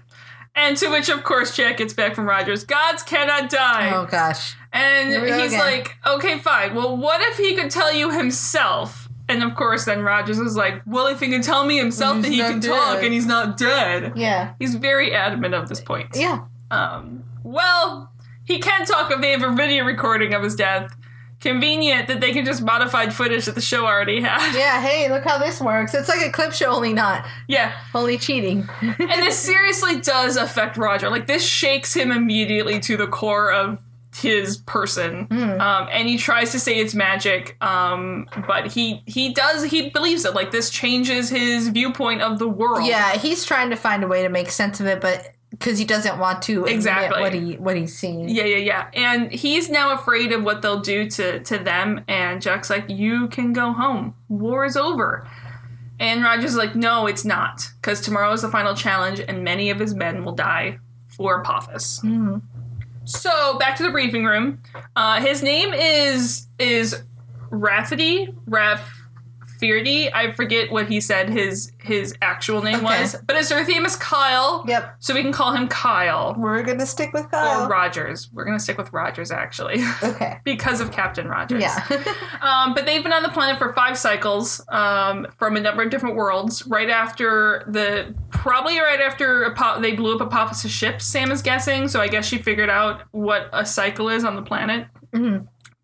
Speaker 1: And to which, of course, Jack gets back from Rogers. Gods cannot die.
Speaker 2: Oh gosh.
Speaker 1: And
Speaker 2: Here we go
Speaker 1: he's
Speaker 2: again.
Speaker 1: like, okay, fine. Well, what if he could tell you himself? And of course, then Rogers was like, well, if he can tell me himself
Speaker 2: He's
Speaker 1: that he
Speaker 2: not
Speaker 1: can
Speaker 2: dead.
Speaker 1: talk and he's not dead.
Speaker 2: Yeah.
Speaker 1: He's very adamant of this point.
Speaker 2: Yeah.
Speaker 1: Um, well, he can talk if they have a video recording of his death. Convenient that they can just modified footage that the show already had. [laughs]
Speaker 2: Yeah, hey, look how this works. It's like a clip show, only not,
Speaker 1: yeah.
Speaker 2: only cheating. [laughs]
Speaker 1: And this seriously does affect Roger. Like this shakes him immediately to the core of his person. Um, and he tries to say it's magic, um, but he he does he believes it. Like this changes his viewpoint of the world.
Speaker 2: yeah, he's trying to find a way to make sense of it, but because he doesn't want to admit
Speaker 1: Exactly.
Speaker 2: what he what he's seen.
Speaker 1: Yeah, yeah, yeah. And he's now afraid of what they'll do to to them. And Jack's like, "You can go home. War is over." And Roger's like, "No, it's not, because tomorrow is the final challenge, and many of his men will die for Apophis."
Speaker 2: Hmm.
Speaker 1: So back to the briefing room. Uh, his name is is Rafferty Raf. I forget what he said his his actual name
Speaker 2: Okay.
Speaker 1: was, but his earth name is Kyle.
Speaker 2: Yep.
Speaker 1: So we can call him Kyle
Speaker 2: We're gonna stick with
Speaker 1: or Rogers. We're gonna stick with Rogers actually, [laughs]
Speaker 2: Okay.
Speaker 1: because of Captain Rogers.
Speaker 2: Yeah.
Speaker 1: Um, but they've been on the planet for five cycles um, from a number of different worlds. Right after the, probably right after Apo- they blew up Apophis's ship. Sam is guessing, so I guess she figured out what a cycle is on the planet.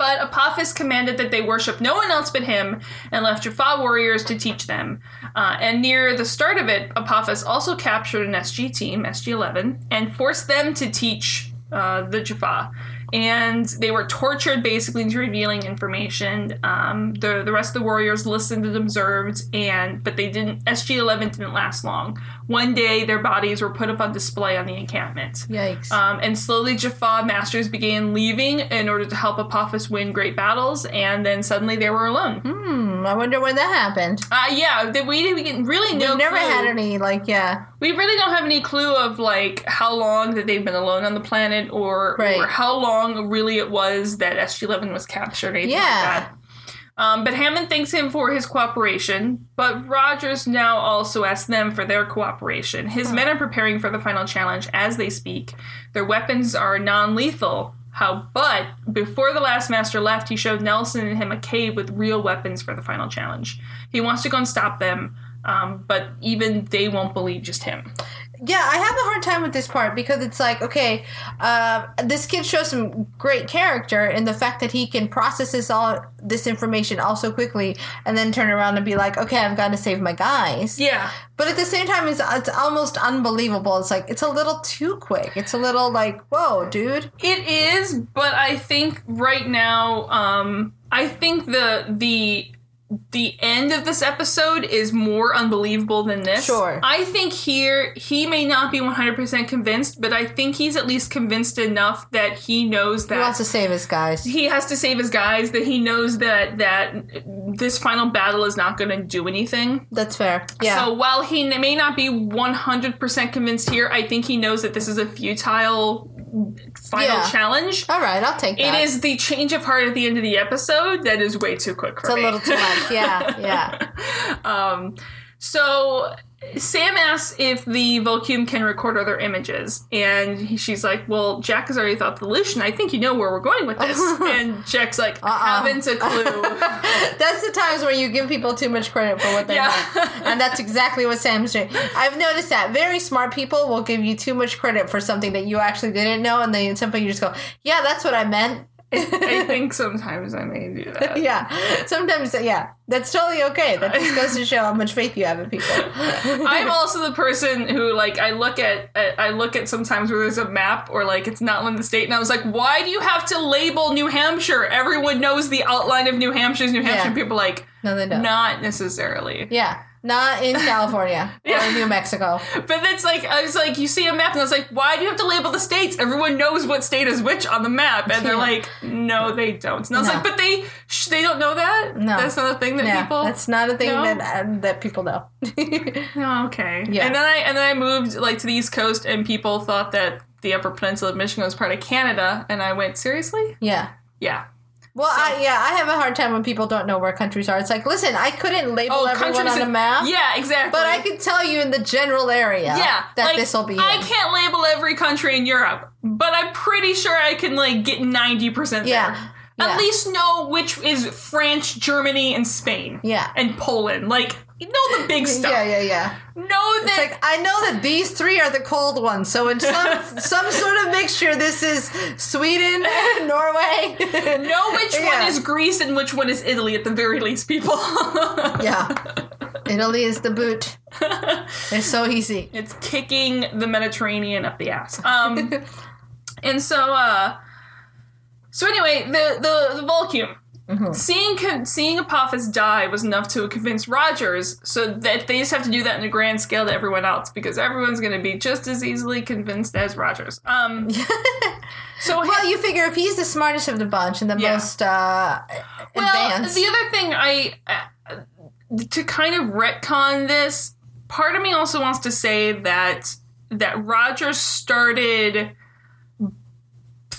Speaker 1: But Apophis commanded that they worship no one else but him and left Jaffa warriors to teach them. Uh, and near the start of it, Apophis also captured an SG team, SG 11, and forced them to teach uh, the Jaffa. And they were tortured basically into revealing information. Um, the, the rest of the warriors listened and observed, and but they didn't. SG 11 didn't last long. One day, their bodies were put up on display on the encampment.
Speaker 2: [laughs] Yikes.
Speaker 1: Um, and slowly Jaffa masters began leaving in order to help Apophis win great battles, and then suddenly they were alone.
Speaker 2: Hmm, I wonder when that happened.
Speaker 1: Uh, yeah, that we we didn't really
Speaker 2: We
Speaker 1: no
Speaker 2: never
Speaker 1: clue.
Speaker 2: had any like yeah.
Speaker 1: We really don't have any clue of like how long that they've been alone on the planet, or,
Speaker 2: Right.
Speaker 1: or how long really it was that SG Eleven was captured. Or anything like
Speaker 2: Yeah.
Speaker 1: that. Um, but Hammond thanks him for his cooperation, but Rogers now also asks them for their cooperation. His men are preparing for the final challenge as they speak. Their weapons are non lethal. How, but before the last master left, he showed Nelson and him a cave with real weapons for the final challenge. He wants to go and stop them, um, but even they won't believe just him.
Speaker 2: Yeah, I have a hard time with this part because it's like, okay, uh, this kid shows some great character in the fact that he can process this all this information all so quickly, and then turn around and be like, okay, I've got to save my guys.
Speaker 1: Yeah.
Speaker 2: But at the same time, it's it's almost unbelievable. It's like it's a little too quick. It's a little like, whoa, dude.
Speaker 1: It is, but I think right now, um, I think the the the end of this episode is more unbelievable than this.
Speaker 2: Sure.
Speaker 1: I think here he may not be one hundred percent convinced, but I think he's at least convinced enough that he knows
Speaker 2: He wants
Speaker 1: that
Speaker 2: to save his guys.
Speaker 1: he has to save his guys. That he knows that that this final battle is not going to do anything.
Speaker 2: That's fair. Yeah.
Speaker 1: So while he n- may not be 100% convinced here, I think he knows that this is a futile final
Speaker 2: Yeah.
Speaker 1: challenge.
Speaker 2: All right, I'll take
Speaker 1: It
Speaker 2: that.
Speaker 1: is the change of heart at the end of the episode that is way too quick for
Speaker 2: It's a
Speaker 1: me.
Speaker 2: little too much. Yeah, yeah.
Speaker 1: [laughs] Um, so Sam asks if the Volcume can record other images, and he- she's like, "Well, Jack has already thought the solution. I think you know where we're going with
Speaker 2: [laughs]
Speaker 1: this." and Jack's like,
Speaker 2: Uh-uh.
Speaker 1: "Haven't a clue."
Speaker 2: That's the times where you give people too much credit for what they
Speaker 1: Yeah.
Speaker 2: want. And that's exactly what Sam's doing. I've noticed that. Very smart people will give you too much credit for something that you actually didn't know, and then at some point you just go, yeah, that's what I meant.
Speaker 1: I think sometimes I may do that.
Speaker 2: yeah. Sometimes, yeah, that's totally okay. That just goes to show how much faith you have in people.
Speaker 1: I'm also the person who like I look at I I look at sometimes where there's a map or like it's not in the state and I was like, why do you have to label New Hampshire? Everyone knows the outline of New Hampshire's New Hampshire.
Speaker 2: Yeah.
Speaker 1: People are like
Speaker 2: No, they don't.
Speaker 1: not necessarily.
Speaker 2: Yeah. Not
Speaker 1: [laughs]
Speaker 2: in California or in New Mexico.
Speaker 1: But that's like I was like, you see a map and I was like, why do you have to label the states? Everyone knows what state is which on the map, and they're
Speaker 2: Yeah.
Speaker 1: like, no, they don't. And I was
Speaker 2: No.
Speaker 1: like, but they sh- they don't know that.
Speaker 2: No.
Speaker 1: that's not a thing that
Speaker 2: Yeah,
Speaker 1: people.
Speaker 2: that's not a thing
Speaker 1: No?
Speaker 2: that uh, that people know. [laughs]
Speaker 1: Oh, okay.
Speaker 2: Yeah.
Speaker 1: And then I and then I moved like to the East Coast, and people thought that the Upper Peninsula of Michigan was part of Canada, and I went seriously.
Speaker 2: yeah.
Speaker 1: Yeah.
Speaker 2: Well, I, yeah, I have a hard time when people don't know where countries are. It's like, listen, I couldn't label everyone on
Speaker 1: Oh, countries
Speaker 2: a
Speaker 1: in-
Speaker 2: map,
Speaker 1: Yeah, exactly.
Speaker 2: but I could tell you in the general area
Speaker 1: Yeah,
Speaker 2: that
Speaker 1: like,
Speaker 2: this will be.
Speaker 1: I
Speaker 2: in.
Speaker 1: can't label every country in Europe, but I'm pretty sure I can like get ninety percent.
Speaker 2: Yeah.
Speaker 1: There.
Speaker 2: Yeah.
Speaker 1: At least know which is France, Germany, and Spain.
Speaker 2: Yeah.
Speaker 1: And Poland. Like know the big stuff.
Speaker 2: [laughs] Yeah, yeah, yeah.
Speaker 1: Know that.
Speaker 2: It's like I know that these three are the cold ones, so in some
Speaker 1: [laughs]
Speaker 2: some sort of mixture, this is Sweden,
Speaker 1: [laughs]
Speaker 2: Norway.
Speaker 1: know which
Speaker 2: [laughs] Yeah.
Speaker 1: one is Greece and which one is Italy at the very least, people. [laughs]
Speaker 2: yeah, Italy is the boot.
Speaker 1: [laughs]
Speaker 2: It's so easy.
Speaker 1: It's kicking the Mediterranean up the ass. Um, and so, uh, so anyway, the the, the Volcume. Seeing con- seeing Apophis die was enough to convince Rogers, so that they just have to do that in a grand scale to everyone else because everyone's going to be just as easily convinced as Rogers. Um, so
Speaker 2: Well, you figure if he's the smartest of the bunch and the
Speaker 1: Yeah.
Speaker 2: most uh, advanced,
Speaker 1: the other thing I uh, to kind of retcon this, part of me also wants to say that that Roger started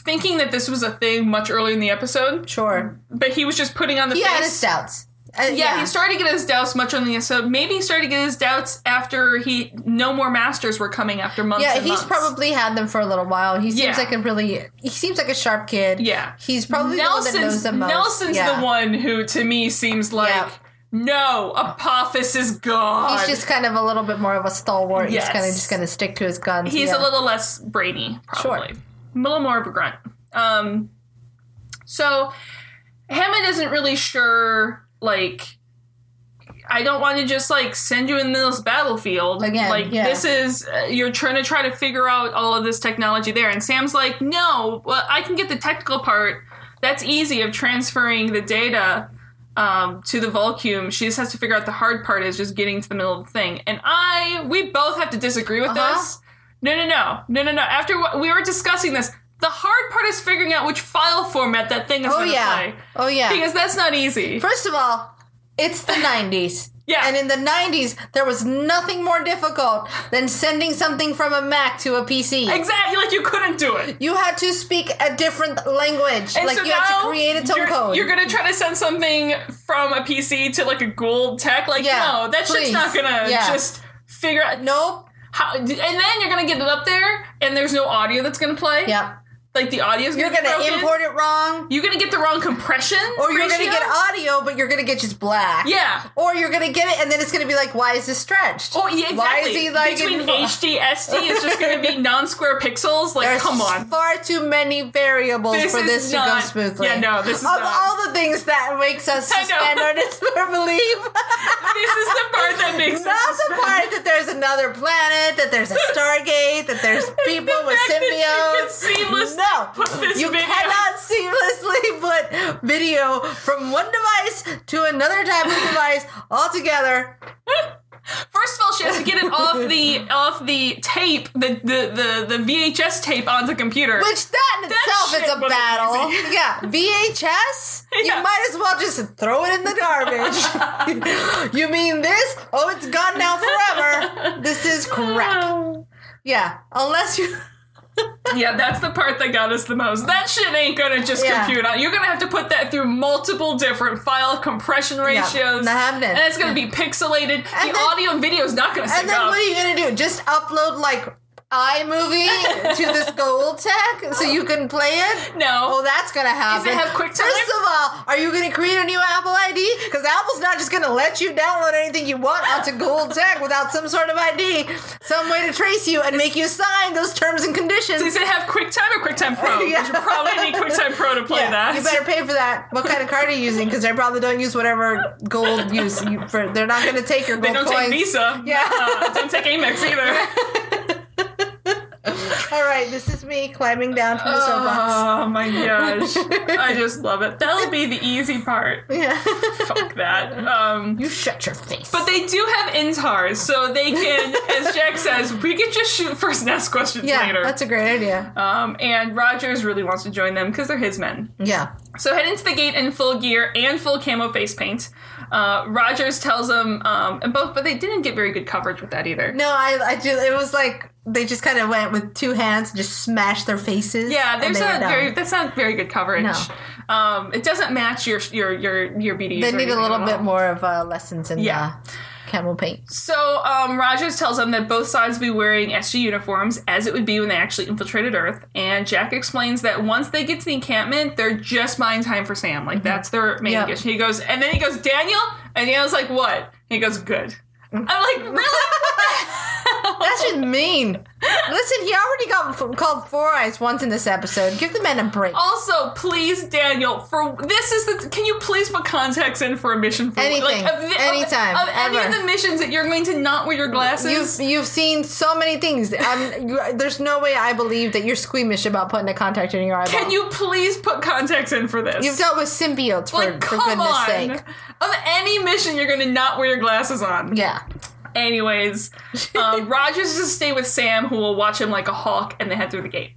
Speaker 1: thinking that this was a thing much earlier in the episode,
Speaker 2: sure,
Speaker 1: but he was just putting on the
Speaker 2: he had
Speaker 1: face.
Speaker 2: his doubts. Uh,
Speaker 1: yeah, he started getting his doubts much earlier in the episode. Maybe he started getting his doubts after he no more masters were coming after months.
Speaker 2: Yeah,
Speaker 1: and
Speaker 2: he's
Speaker 1: months.
Speaker 2: probably had them for a little while. He seems
Speaker 1: Yeah.
Speaker 2: like a really he seems like a sharp kid.
Speaker 1: Yeah.
Speaker 2: He's probably the one that knows
Speaker 1: Nelson's
Speaker 2: the most.
Speaker 1: Nelson's
Speaker 2: Yeah.
Speaker 1: the one who to me seems like
Speaker 2: Yeah.
Speaker 1: no, Apophis is gone.
Speaker 2: He's just kind of a little bit more of a stalwart.
Speaker 1: Yes.
Speaker 2: He's kind of just going to stick to his guns.
Speaker 1: He's
Speaker 2: yeah.
Speaker 1: a little less brainy,
Speaker 2: Sure.
Speaker 1: probably. A little more of a grunt. Um, so Hammond isn't really sure, like, I don't want to just like send you in this battlefield
Speaker 2: Again,
Speaker 1: Like
Speaker 2: yeah.
Speaker 1: this is uh, you're trying to try to figure out all of this technology there, and Sam's like, no, well, I can get the technical part. That's easy of transferring the data um, to the Volcume. She just has to figure out the hard part is just getting to the middle of the thing. And I, we both have to disagree with
Speaker 2: Uh-huh.
Speaker 1: this. No, no, no, no, no, no. After what we were discussing this, the hard part is figuring out which file format that thing is
Speaker 2: Oh
Speaker 1: going to
Speaker 2: yeah.
Speaker 1: play
Speaker 2: Oh yeah.
Speaker 1: because that's not easy.
Speaker 2: First of all,
Speaker 1: [laughs]
Speaker 2: it's the 90s.
Speaker 1: Yeah.
Speaker 2: And in the 90s, there was nothing more difficult than sending something from a Mac to a PC.
Speaker 1: Exactly, like you couldn't do it.
Speaker 2: You had to speak a different language.
Speaker 1: And
Speaker 2: like
Speaker 1: so
Speaker 2: you had to
Speaker 1: now
Speaker 2: create its own
Speaker 1: you're,
Speaker 2: code.
Speaker 1: You're gonna try to send something from a PC to like a Gould tech. Like
Speaker 2: Yeah,
Speaker 1: no, that
Speaker 2: please.
Speaker 1: shit's not gonna
Speaker 2: Yeah.
Speaker 1: just figure out.
Speaker 2: nope.
Speaker 1: How, and then you're gonna get it up there, and there's no audio that's gonna play.
Speaker 2: Yep.
Speaker 1: like the audio's
Speaker 2: You're
Speaker 1: gonna
Speaker 2: going
Speaker 1: be broken.
Speaker 2: to import it wrong.
Speaker 1: You're gonna get the wrong compression,
Speaker 2: or you're gonna
Speaker 1: ratio.
Speaker 2: get audio, but you're gonna get just black.
Speaker 1: Yeah.
Speaker 2: Or you're gonna get it, and then it's gonna be like, why is this stretched?
Speaker 1: Oh yeah, exactly.
Speaker 2: Why is he like
Speaker 1: between
Speaker 2: in-
Speaker 1: HD, SD? It's just going to
Speaker 2: [laughs]
Speaker 1: be non-square pixels. Like,
Speaker 2: There's
Speaker 1: come on.
Speaker 2: far too many variables
Speaker 1: This
Speaker 2: for
Speaker 1: is
Speaker 2: this to go
Speaker 1: not-
Speaker 2: smoothly.
Speaker 1: Yeah, no, this is
Speaker 2: of
Speaker 1: not-
Speaker 2: all the things that makes us
Speaker 1: [laughs] I know.
Speaker 2: suspend our
Speaker 1: [laughs]
Speaker 2: disbelief.
Speaker 1: this is the part
Speaker 2: [laughs]
Speaker 1: that makes
Speaker 2: Not
Speaker 1: us
Speaker 2: the part that there's another planet, that
Speaker 1: [laughs]
Speaker 2: there's a Stargate, that there's people with
Speaker 1: fact that you can
Speaker 2: symbiotes.
Speaker 1: seamless
Speaker 2: no,
Speaker 1: put this
Speaker 2: you
Speaker 1: video-
Speaker 2: cannot seamlessly [laughs] put video from one device to another
Speaker 1: [laughs]
Speaker 2: type of device altogether.
Speaker 1: First of all, she has to get it off the off the tape, the the the, the VHS tape on the computer.
Speaker 2: Which that in
Speaker 1: shit
Speaker 2: itself is a
Speaker 1: wasn't
Speaker 2: battle.
Speaker 1: easy.
Speaker 2: [laughs] Yeah,
Speaker 1: [laughs]
Speaker 2: VHS. You
Speaker 1: Yeah.
Speaker 2: might as well just throw it in the
Speaker 1: [laughs]
Speaker 2: garbage. you mean this? Oh, it's gone now forever. This is crap.
Speaker 1: Oh.
Speaker 2: Yeah, unless you.
Speaker 1: Yeah, that's the part that got us the most. That shit ain't gonna just
Speaker 2: Yeah.
Speaker 1: compute on. You're gonna have to put that through multiple different file compression ratios.
Speaker 2: not happening.
Speaker 1: And it's gonna be pixelated.
Speaker 2: And
Speaker 1: the
Speaker 2: then-
Speaker 1: audio and video is not gonna sync
Speaker 2: And then
Speaker 1: up.
Speaker 2: what are you gonna do? Just upload like
Speaker 1: [laughs]
Speaker 2: iMovie to this gold tech so you can play it?
Speaker 1: No.
Speaker 2: Oh, that's gonna happen.
Speaker 1: have QuickTime?
Speaker 2: First of all, are you gonna create a new Apple ID? Because Apple's not just gonna let you download anything you want onto gold tech without some sort of ID, some way to trace you and make you sign those terms and conditions.
Speaker 1: Does it have QuickTime or QuickTime Pro?
Speaker 2: [laughs] Yeah.
Speaker 1: You should probably need QuickTime Pro to play
Speaker 2: Yeah,
Speaker 1: that.
Speaker 2: You better pay for that. What kind of card are you using? Because they probably don't use whatever gold use. You, for, they're not going to take your
Speaker 1: they
Speaker 2: gold
Speaker 1: don't
Speaker 2: coins.
Speaker 1: take Visa.
Speaker 2: Yeah. [laughs]
Speaker 1: Uh, don't take Amex either.
Speaker 2: All right, this is me climbing down from the soapbox.
Speaker 1: Oh my gosh. I just love it. That'll be the easy
Speaker 2: [laughs]
Speaker 1: part.
Speaker 2: Yeah.
Speaker 1: Fuck that. Um
Speaker 2: you shut your face.
Speaker 1: But they do have intars, so they can, as Jack says, we could just shoot first and ask questions
Speaker 2: yeah,
Speaker 1: later.
Speaker 2: that's a great idea.
Speaker 1: um, and Rogers really wants to join them because they're his men.
Speaker 2: yeah.
Speaker 1: So head into the gate in full gear and full camo face paint. Uh, Rogers tells them, um, and both, but they didn't get very good coverage with that either.
Speaker 2: No, I, I do. It was like they just kind of went with two hands and just smashed their faces.
Speaker 1: Yeah,
Speaker 2: and
Speaker 1: there's
Speaker 2: they were
Speaker 1: not
Speaker 2: done.
Speaker 1: very. That's not very good coverage.
Speaker 2: No.
Speaker 1: Um, it doesn't match your your your your BDs.
Speaker 2: They
Speaker 1: or
Speaker 2: need
Speaker 1: anything
Speaker 2: a little
Speaker 1: at all.
Speaker 2: bit more of uh, lessons in
Speaker 1: Yeah.
Speaker 2: uh, camel paint.
Speaker 1: So um, Rogers tells them that both sides will be wearing SG uniforms, as it would be when they actually infiltrated Earth. And Jack explains that once they get to the encampment, they're just buying time for Sam.
Speaker 2: Mm-hmm.
Speaker 1: Like that's their main
Speaker 2: Yeah.
Speaker 1: dish. He goes, and then he goes, Daniel, and Daniel's like, what? He goes, good. I'm like, really?
Speaker 2: Mm. [laughs] That's just mean. Listen, he already got f- called Four Eyes once in this episode. Give the man a break.
Speaker 1: also, please, Daniel, for this is the. Can you please put context in for a mission for
Speaker 2: Anything.
Speaker 1: like, of the- of-
Speaker 2: Anytime.
Speaker 1: of, any of
Speaker 2: Ever.
Speaker 1: the missions that you're going to not wear your glasses?
Speaker 2: You've, you've seen so many things. Um, you, there's no way I believe that you're squeamish about putting a contact in your eyeball.
Speaker 1: can you please put context in for this?
Speaker 2: You've dealt with symbiotes for,
Speaker 1: Like,
Speaker 2: for
Speaker 1: come
Speaker 2: goodness
Speaker 1: on.
Speaker 2: sake.
Speaker 1: Of any mission, you're going to not wear your glasses on.
Speaker 2: Yeah. [laughs]
Speaker 1: Anyways, um, Rogers is to stay with Sam, who will watch him like a hawk, and they head through the gate.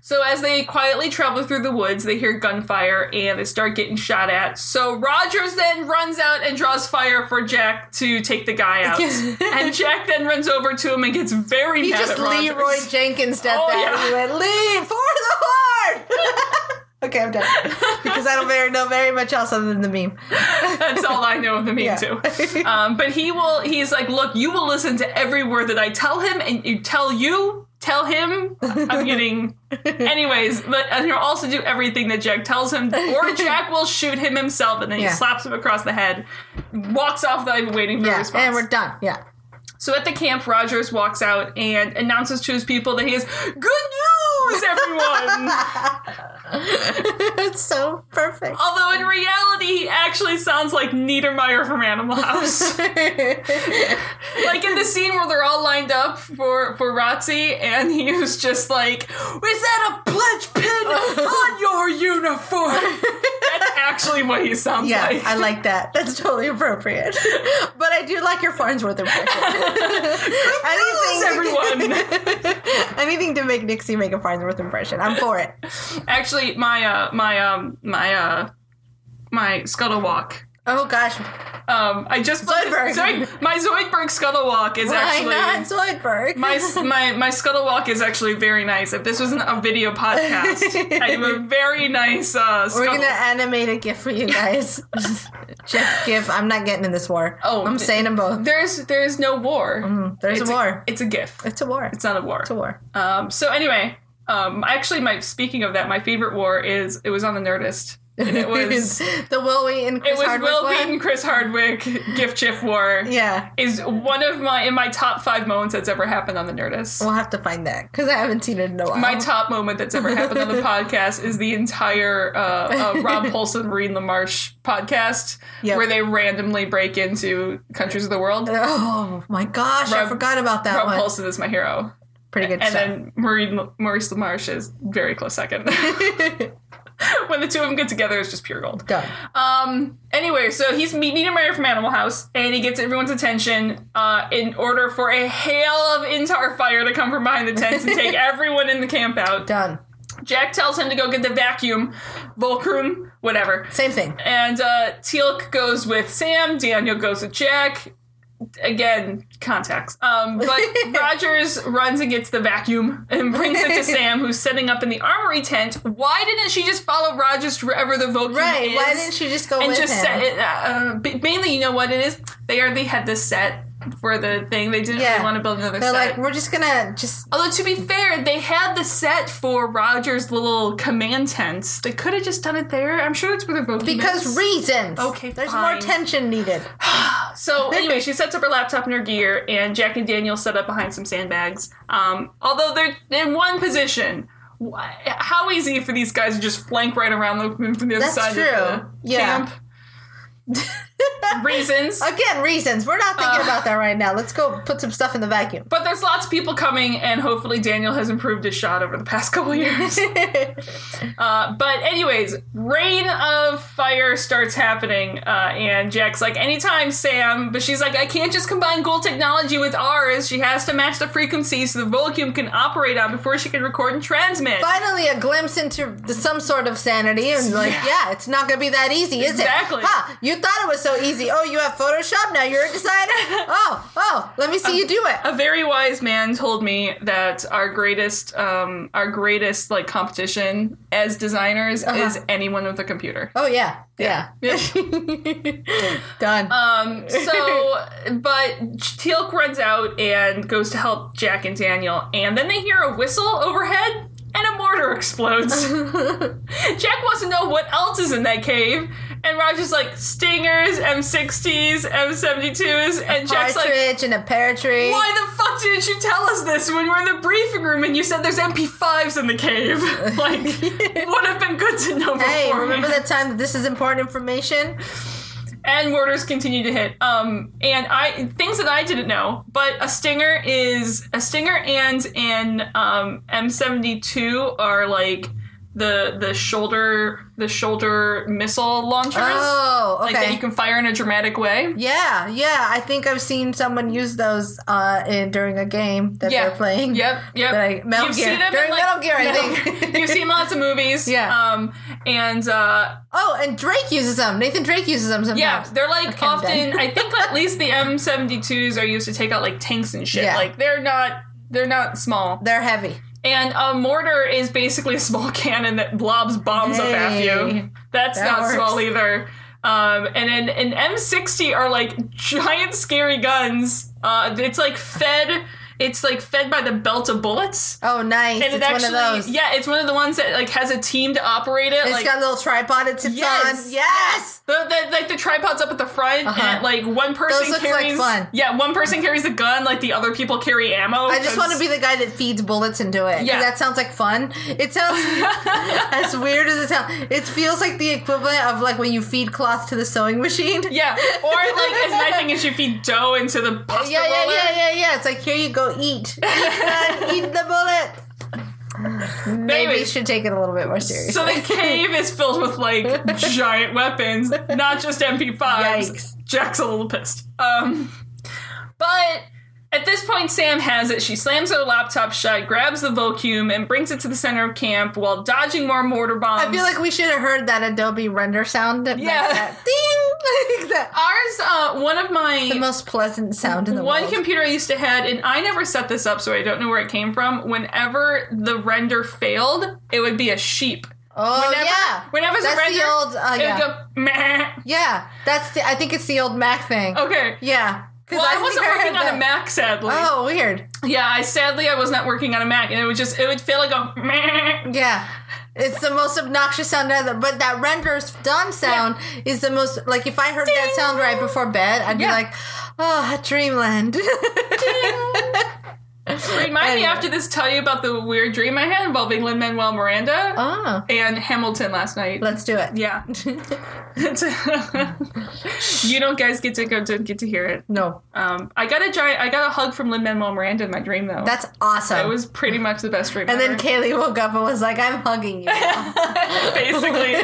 Speaker 1: So as they quietly travel through the woods, they hear gunfire and they start getting shot at. So Rogers then runs out and draws fire for Jack to take the guy
Speaker 2: [laughs]
Speaker 1: out. and Jack then runs over to him and gets very
Speaker 2: He
Speaker 1: mad
Speaker 2: just
Speaker 1: at Rogers.
Speaker 2: Leroy Jenkins did
Speaker 1: Oh,
Speaker 2: that.
Speaker 1: yeah.
Speaker 2: He went, leave for the horde! [laughs] okay,
Speaker 1: [laughs]
Speaker 2: I'm done. Because I don't very, know very much else other than the meme.
Speaker 1: [laughs] That's all I know of the meme
Speaker 2: Yeah. [laughs]
Speaker 1: too. Um, but he will. He's like, look, you will listen to every word that I tell him, and you tell you, tell him. I'm getting.
Speaker 2: [laughs]
Speaker 1: Anyways, but and he'll also do everything that Jack tells him,
Speaker 2: [laughs]
Speaker 1: or Jack will shoot him himself, and then
Speaker 2: Yeah.
Speaker 1: he slaps him across the head, walks off without even waiting for a
Speaker 2: Yeah,
Speaker 1: response.
Speaker 2: and we're done.
Speaker 1: [laughs]
Speaker 2: Yeah. [laughs]
Speaker 1: so at the camp, Rogers walks out and announces to his people that he has good news, everyone.
Speaker 2: [laughs] it's so perfect.
Speaker 1: [laughs] Although in reality, he actually sounds like Niedermeyer from Animal House. like in the scene where they're all lined up for for Rotzi, and he was just like, "Is that a pledge
Speaker 2: [laughs]
Speaker 1: pin on your uniform?" That's actually what he sounds
Speaker 2: Yeah,
Speaker 1: like.
Speaker 2: I like that. That's totally appropriate. [laughs] but I do like your
Speaker 1: [laughs]
Speaker 2: Farnsworth impression. [laughs]
Speaker 1: Yes,
Speaker 2: anything,
Speaker 1: everyone.
Speaker 2: [laughs] anything to make Nixie make a Farnsworth impression. I'm for it.
Speaker 1: actually, my uh, my um, my uh, my scuttle walk.
Speaker 2: Oh gosh,
Speaker 1: Um, I just
Speaker 2: Zoidberg.
Speaker 1: Zoid- my Zoidberg scuttle walk is
Speaker 2: why
Speaker 1: actually
Speaker 2: not Zoidberg? [laughs]
Speaker 1: my my my scuttle walk is actually very nice. If this wasn't a
Speaker 2: [laughs]
Speaker 1: video podcast, I am a very nice uh,
Speaker 2: We're
Speaker 1: scuttle.
Speaker 2: gonna animate a GIF for you guys. [laughs] Jeff GIF. I'm not getting in this war.
Speaker 1: Oh,
Speaker 2: I'm
Speaker 1: d-
Speaker 2: saying them both.
Speaker 1: There's there's no war.
Speaker 2: There's
Speaker 1: It's
Speaker 2: Mm, a war.
Speaker 1: it's a gif.
Speaker 2: it's a war.
Speaker 1: It's not a war.
Speaker 2: It's a war.
Speaker 1: Um, so anyway, um, actually, my speaking of that, my favorite war is it was on the Nerdist. And
Speaker 2: [laughs]
Speaker 1: it was it
Speaker 2: the Will Wheaton and Chris
Speaker 1: was
Speaker 2: Hardwick
Speaker 1: Will
Speaker 2: one.
Speaker 1: Wheaton, Chris Hardwick, Gift Chif War.
Speaker 2: Yeah,
Speaker 1: Is one of my in my top five moments that's ever happened on the Nerdist.
Speaker 2: we'll have to find that because I haven't seen it in a while.
Speaker 1: My top moment that's ever happened
Speaker 2: [laughs]
Speaker 1: on the podcast is the entire uh, uh, Rob Paulson, Marine LaMarche podcast,
Speaker 2: Yep.
Speaker 1: where they randomly break into countries of the world.
Speaker 2: oh my gosh, I
Speaker 1: Rob-
Speaker 2: forgot about that
Speaker 1: Rob
Speaker 2: one.
Speaker 1: Paulson is my hero.
Speaker 2: Pretty good
Speaker 1: and
Speaker 2: stuff.
Speaker 1: then Marie, Maurice LaMarche is very close second. [laughs] when the two of them get together, it's just pure gold.
Speaker 2: Done.
Speaker 1: Um. Anyway, so he's meeting a mayor from Animal House, and he gets everyone's attention uh, in order for a hail of intar fire to come from behind the tents and take everyone in the camp out.
Speaker 2: Done.
Speaker 1: Jack tells him to go get the vacuum, Volcrum, whatever.
Speaker 2: Same thing.
Speaker 1: And uh, Teal'c goes with Sam. Daniel goes with Jack. again context. Um,
Speaker 2: [laughs]
Speaker 1: but Rogers runs and gets the vacuum and brings
Speaker 2: [laughs]
Speaker 1: it to Sam, who's setting up in the armory tent. Why didn't she just follow Rogers wherever the vacuum
Speaker 2: Right.
Speaker 1: is?
Speaker 2: Why didn't she just go
Speaker 1: and
Speaker 2: with
Speaker 1: just
Speaker 2: him?
Speaker 1: set it? Uh, uh, b- mainly, you know what it is? They already had this set for the thing. They didn't
Speaker 2: Yeah.
Speaker 1: really want to build another
Speaker 2: They're
Speaker 1: set.
Speaker 2: like, we're just gonna just.
Speaker 1: Although to be fair, they had the set for Roger's little command tents. They could have just done it there. I'm sure it's where the voting
Speaker 2: Because reasons.
Speaker 1: Okay,
Speaker 2: There's more
Speaker 1: fine.
Speaker 2: tension
Speaker 1: [laughs]
Speaker 2: needed. [laughs]
Speaker 1: So anyway, she sets up her laptop and her gear, and Jack and Daniel set up behind some sandbags. Um, although they're in one position, Wh- how easy for these guys to just flank right around the from the other
Speaker 2: That's
Speaker 1: side of
Speaker 2: true.
Speaker 1: the
Speaker 2: Yeah.
Speaker 1: camp. Reasons.
Speaker 2: Again, reasons. We're not thinking
Speaker 1: Uh.
Speaker 2: about that right now. Let's go put some stuff in the vacuum.
Speaker 1: But there's lots of people coming, and hopefully Daniel has improved his shot over the past [laughs] couple years. Uh, but anyways, rain of fire starts happening, uh, and Jack's like, "Anytime, Sam." But she's like, "I can't just combine gold technology with ours. She has to match the frequencies so the Volcum can operate on before she can record and transmit."
Speaker 2: Finally, a glimpse into the- some sort of sanity, and like, yeah,
Speaker 1: Yeah.
Speaker 2: it's not gonna be that easy, is
Speaker 1: Exactly.
Speaker 2: it? Huh, you thought it was so easy. Oh, you have Photoshop now. You're
Speaker 1: [laughs]
Speaker 2: a designer. oh, oh, let me see
Speaker 1: Um,
Speaker 2: you do it.
Speaker 1: a very wise man told me that our greatest, um, our greatest like competition as designers
Speaker 2: Uh-huh.
Speaker 1: is anyone with a computer.
Speaker 2: Oh yeah, yeah. [laughs] Done. [laughs]
Speaker 1: Um, so, but Teal'c runs out and goes to help Jack and Daniel, and then they hear a whistle overhead and a mortar explodes.
Speaker 2: [laughs]
Speaker 1: Jack wants to know what else is in that cave, and Roger's like, Stingers, M60s, M72s, and Jack's like,
Speaker 2: Partridge in a pear tree.
Speaker 1: why the fuck didn't you tell us this when we were in the briefing room and you said there's MP5s in the cave? [laughs]
Speaker 2: [laughs]
Speaker 1: like, would have been good to know before.
Speaker 2: Hey,
Speaker 1: man.
Speaker 2: remember the time that this is important information?
Speaker 1: and mortars continue to hit. Um, and I things that I didn't know, but a stinger is a stinger and an um, M seventy two are like the the shoulder the shoulder missile launchers.
Speaker 2: Oh,
Speaker 1: Like that
Speaker 2: okay.
Speaker 1: you can fire in a dramatic way.
Speaker 2: yeah, yeah. I think I've seen someone use those uh, in during a game that
Speaker 1: Yeah.
Speaker 2: they're playing.
Speaker 1: Yep, yep.
Speaker 2: Like Metal
Speaker 1: You've
Speaker 2: Gear.
Speaker 1: seen them
Speaker 2: During
Speaker 1: in, like,
Speaker 2: Metal Gear, I think.
Speaker 1: [laughs] You've seen lots of movies.
Speaker 2: [laughs] Yeah.
Speaker 1: Um, and uh,
Speaker 2: Oh, and Drake uses them. Nathan Drake uses them sometimes.
Speaker 1: Yeah, they're like
Speaker 2: Okay, I'm
Speaker 1: often.
Speaker 2: done.
Speaker 1: I think
Speaker 2: [laughs]
Speaker 1: at least the M72s are used to take out like tanks and shit.
Speaker 2: Yeah.
Speaker 1: Like they're not they're not small.
Speaker 2: They're heavy.
Speaker 1: And a mortar is basically a small [laughs] cannon that blobs bombs up at
Speaker 2: Hey,
Speaker 1: you. That's
Speaker 2: that
Speaker 1: not small
Speaker 2: works.
Speaker 1: either. Um, and then an M60 are like giant scary guns. Uh, it's like fed. It's like fed by the belt of bullets.
Speaker 2: Oh, nice.
Speaker 1: And
Speaker 2: it's
Speaker 1: it actually,
Speaker 2: one of those.
Speaker 1: yeah, it's one of the ones that like has a team to operate it.
Speaker 2: It's
Speaker 1: like,
Speaker 2: got a little tripod it sits
Speaker 1: Yes.
Speaker 2: on. Yes.
Speaker 1: The, the like the tripods up at the front,
Speaker 2: Uh-huh.
Speaker 1: and like one person
Speaker 2: Those look like
Speaker 1: carries.
Speaker 2: fun.
Speaker 1: Yeah, one person carries a gun, like the other people carry ammo.
Speaker 2: I just want to be the guy that feeds bullets into it. 'cause
Speaker 1: Yeah.
Speaker 2: That sounds like fun.
Speaker 1: [laughs]
Speaker 2: It sounds as weird as it sounds. It feels like the equivalent of like when you feed cloth to the sewing machine.
Speaker 1: Yeah,
Speaker 2: [laughs]
Speaker 1: or like as my thing is, you feed dough into the pasta
Speaker 2: yeah, yeah,
Speaker 1: roller.
Speaker 2: yeah, yeah, yeah. It's like here you go, eat, eat,
Speaker 1: [laughs]
Speaker 2: that, eat the bullet. Maybe
Speaker 1: anyway,
Speaker 2: you should take it a little bit more seriously.
Speaker 1: so the cave is filled with
Speaker 2: [laughs]
Speaker 1: like giant weapons, not just MP5s.
Speaker 2: Yikes.
Speaker 1: Jack's a little pissed. Um, but at this point, Sam has it. She slams her laptop shut, grabs the Volcume, and brings it to the center of camp while dodging more mortar bombs.
Speaker 2: I feel like we should have heard that Adobe render sound. that-
Speaker 1: Yeah. [laughs]
Speaker 2: that ding. Like that.
Speaker 1: Ours, uh, one of my
Speaker 2: The most pleasant sound in the
Speaker 1: one
Speaker 2: world.
Speaker 1: computer I used to had, and I never set this up, so I don't know where it came from. Whenever the render failed, it would be a sheep.
Speaker 2: oh
Speaker 1: whenever-
Speaker 2: yeah,
Speaker 1: whenever it's a
Speaker 2: that's
Speaker 1: render,
Speaker 2: the old uh,
Speaker 1: It
Speaker 2: yeah,
Speaker 1: would go meh.
Speaker 2: yeah. That's the, I think it's the old Mac thing.
Speaker 1: Okay.
Speaker 2: Yeah, because
Speaker 1: Oh. Well, I, wasn't working on a Mac, sadly.
Speaker 2: Oh, weird.
Speaker 1: Yeah, I sadly I was not working on a Mac, and it would just it would feel like a meh.
Speaker 2: Yeah. It's the most obnoxious sound ever, but that render's done sound is the most like if I heard that sound right before bed, I'd
Speaker 1: Yeah.
Speaker 2: be like, "Oh, dreamland." [laughs]
Speaker 1: Remind me
Speaker 2: Anyway.
Speaker 1: after this, tell you about the weird dream I had involving Lin Manuel Miranda
Speaker 2: oh,
Speaker 1: and Hamilton last night.
Speaker 2: let's do it.
Speaker 1: yeah, [laughs] you don't guys get to go to get to hear it.
Speaker 2: No,
Speaker 1: Um, I got a giant. I got a hug from Lin Manuel Miranda in my dream though.
Speaker 2: that's awesome.
Speaker 1: it was pretty much the best dream.
Speaker 2: and then
Speaker 1: ever.
Speaker 2: Kaylee woke up and was like, "I'm hugging you."
Speaker 1: [laughs] basically,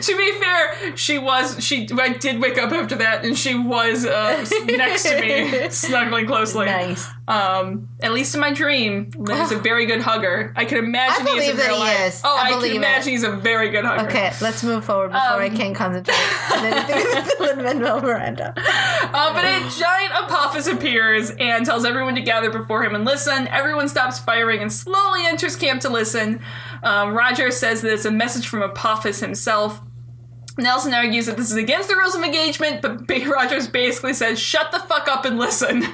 Speaker 2: [laughs]
Speaker 1: to be fair, she was. She I
Speaker 2: [laughs]
Speaker 1: did wake up after that, and she was uh, next to me, snuggling closely.
Speaker 2: nice.
Speaker 1: Um, at least in my dream, Lynn
Speaker 2: [sighs]
Speaker 1: is a very good hugger. I can imagine
Speaker 2: I
Speaker 1: he is in
Speaker 2: believe that
Speaker 1: real
Speaker 2: he
Speaker 1: life.
Speaker 2: is.
Speaker 1: Oh,
Speaker 2: I
Speaker 1: I,
Speaker 2: believe
Speaker 1: can
Speaker 2: it.
Speaker 1: imagine he's a very good hugger.
Speaker 2: Okay, let's move forward before
Speaker 1: Um,
Speaker 2: I can't
Speaker 1: [laughs]
Speaker 2: concentrate. on anything with [laughs] Lin Manuel Miranda.
Speaker 1: Uh, but a giant Apophis appears and tells everyone to gather before him and listen. Everyone stops firing and slowly enters camp to listen. Um, Roger says that it's a message from Apophis himself. Nelson argues that this is against the rules of engagement, but [laughs] B- Rogers basically says, shut the fuck up and listen.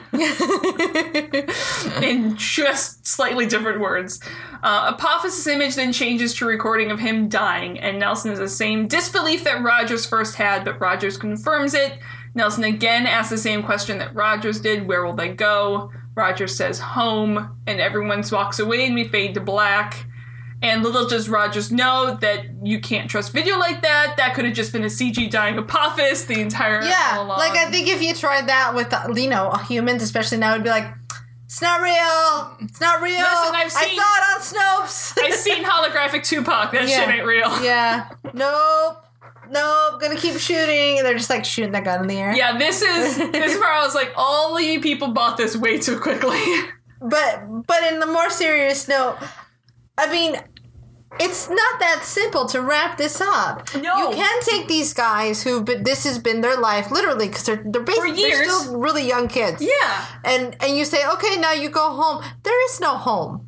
Speaker 1: [laughs] In just slightly different words. Uh, Apophis' image then changes to a recording of him dying, and Nelson is the same disbelief that Rogers first had, but Rogers confirms it. Nelson again asks the same question that Rogers did where will they go? Rogers says, home, and everyone walks away and we fade to black. And little does Rogers know that you can't trust video like that. That could have just been a CG dying Apophis the entire
Speaker 2: Yeah,
Speaker 1: all along.
Speaker 2: like I think if you tried that with uh, you know humans, especially now, it'd be like, it's not real, it's not real.
Speaker 1: I've seen-
Speaker 2: I saw it on Snopes.
Speaker 1: [laughs] I've
Speaker 2: [laughs]
Speaker 1: seen holographic Tupac. That shit ain't real.
Speaker 2: Yeah. Nope. Nope. Gonna keep shooting. And they're just like shooting that gun in the air.
Speaker 1: Yeah, this
Speaker 2: [laughs]
Speaker 1: is this is where I was like, all you people bought this way too quickly.
Speaker 2: But but in the more serious note, I mean, it's not that simple to wrap this up.
Speaker 1: No.
Speaker 2: You can take these guys who but this has been their life literally because they're they're
Speaker 1: For
Speaker 2: basically they're
Speaker 1: years.
Speaker 2: still really young
Speaker 1: [laughs]
Speaker 2: kids.
Speaker 1: yeah.
Speaker 2: And and you say, okay, now you go home. There is no home.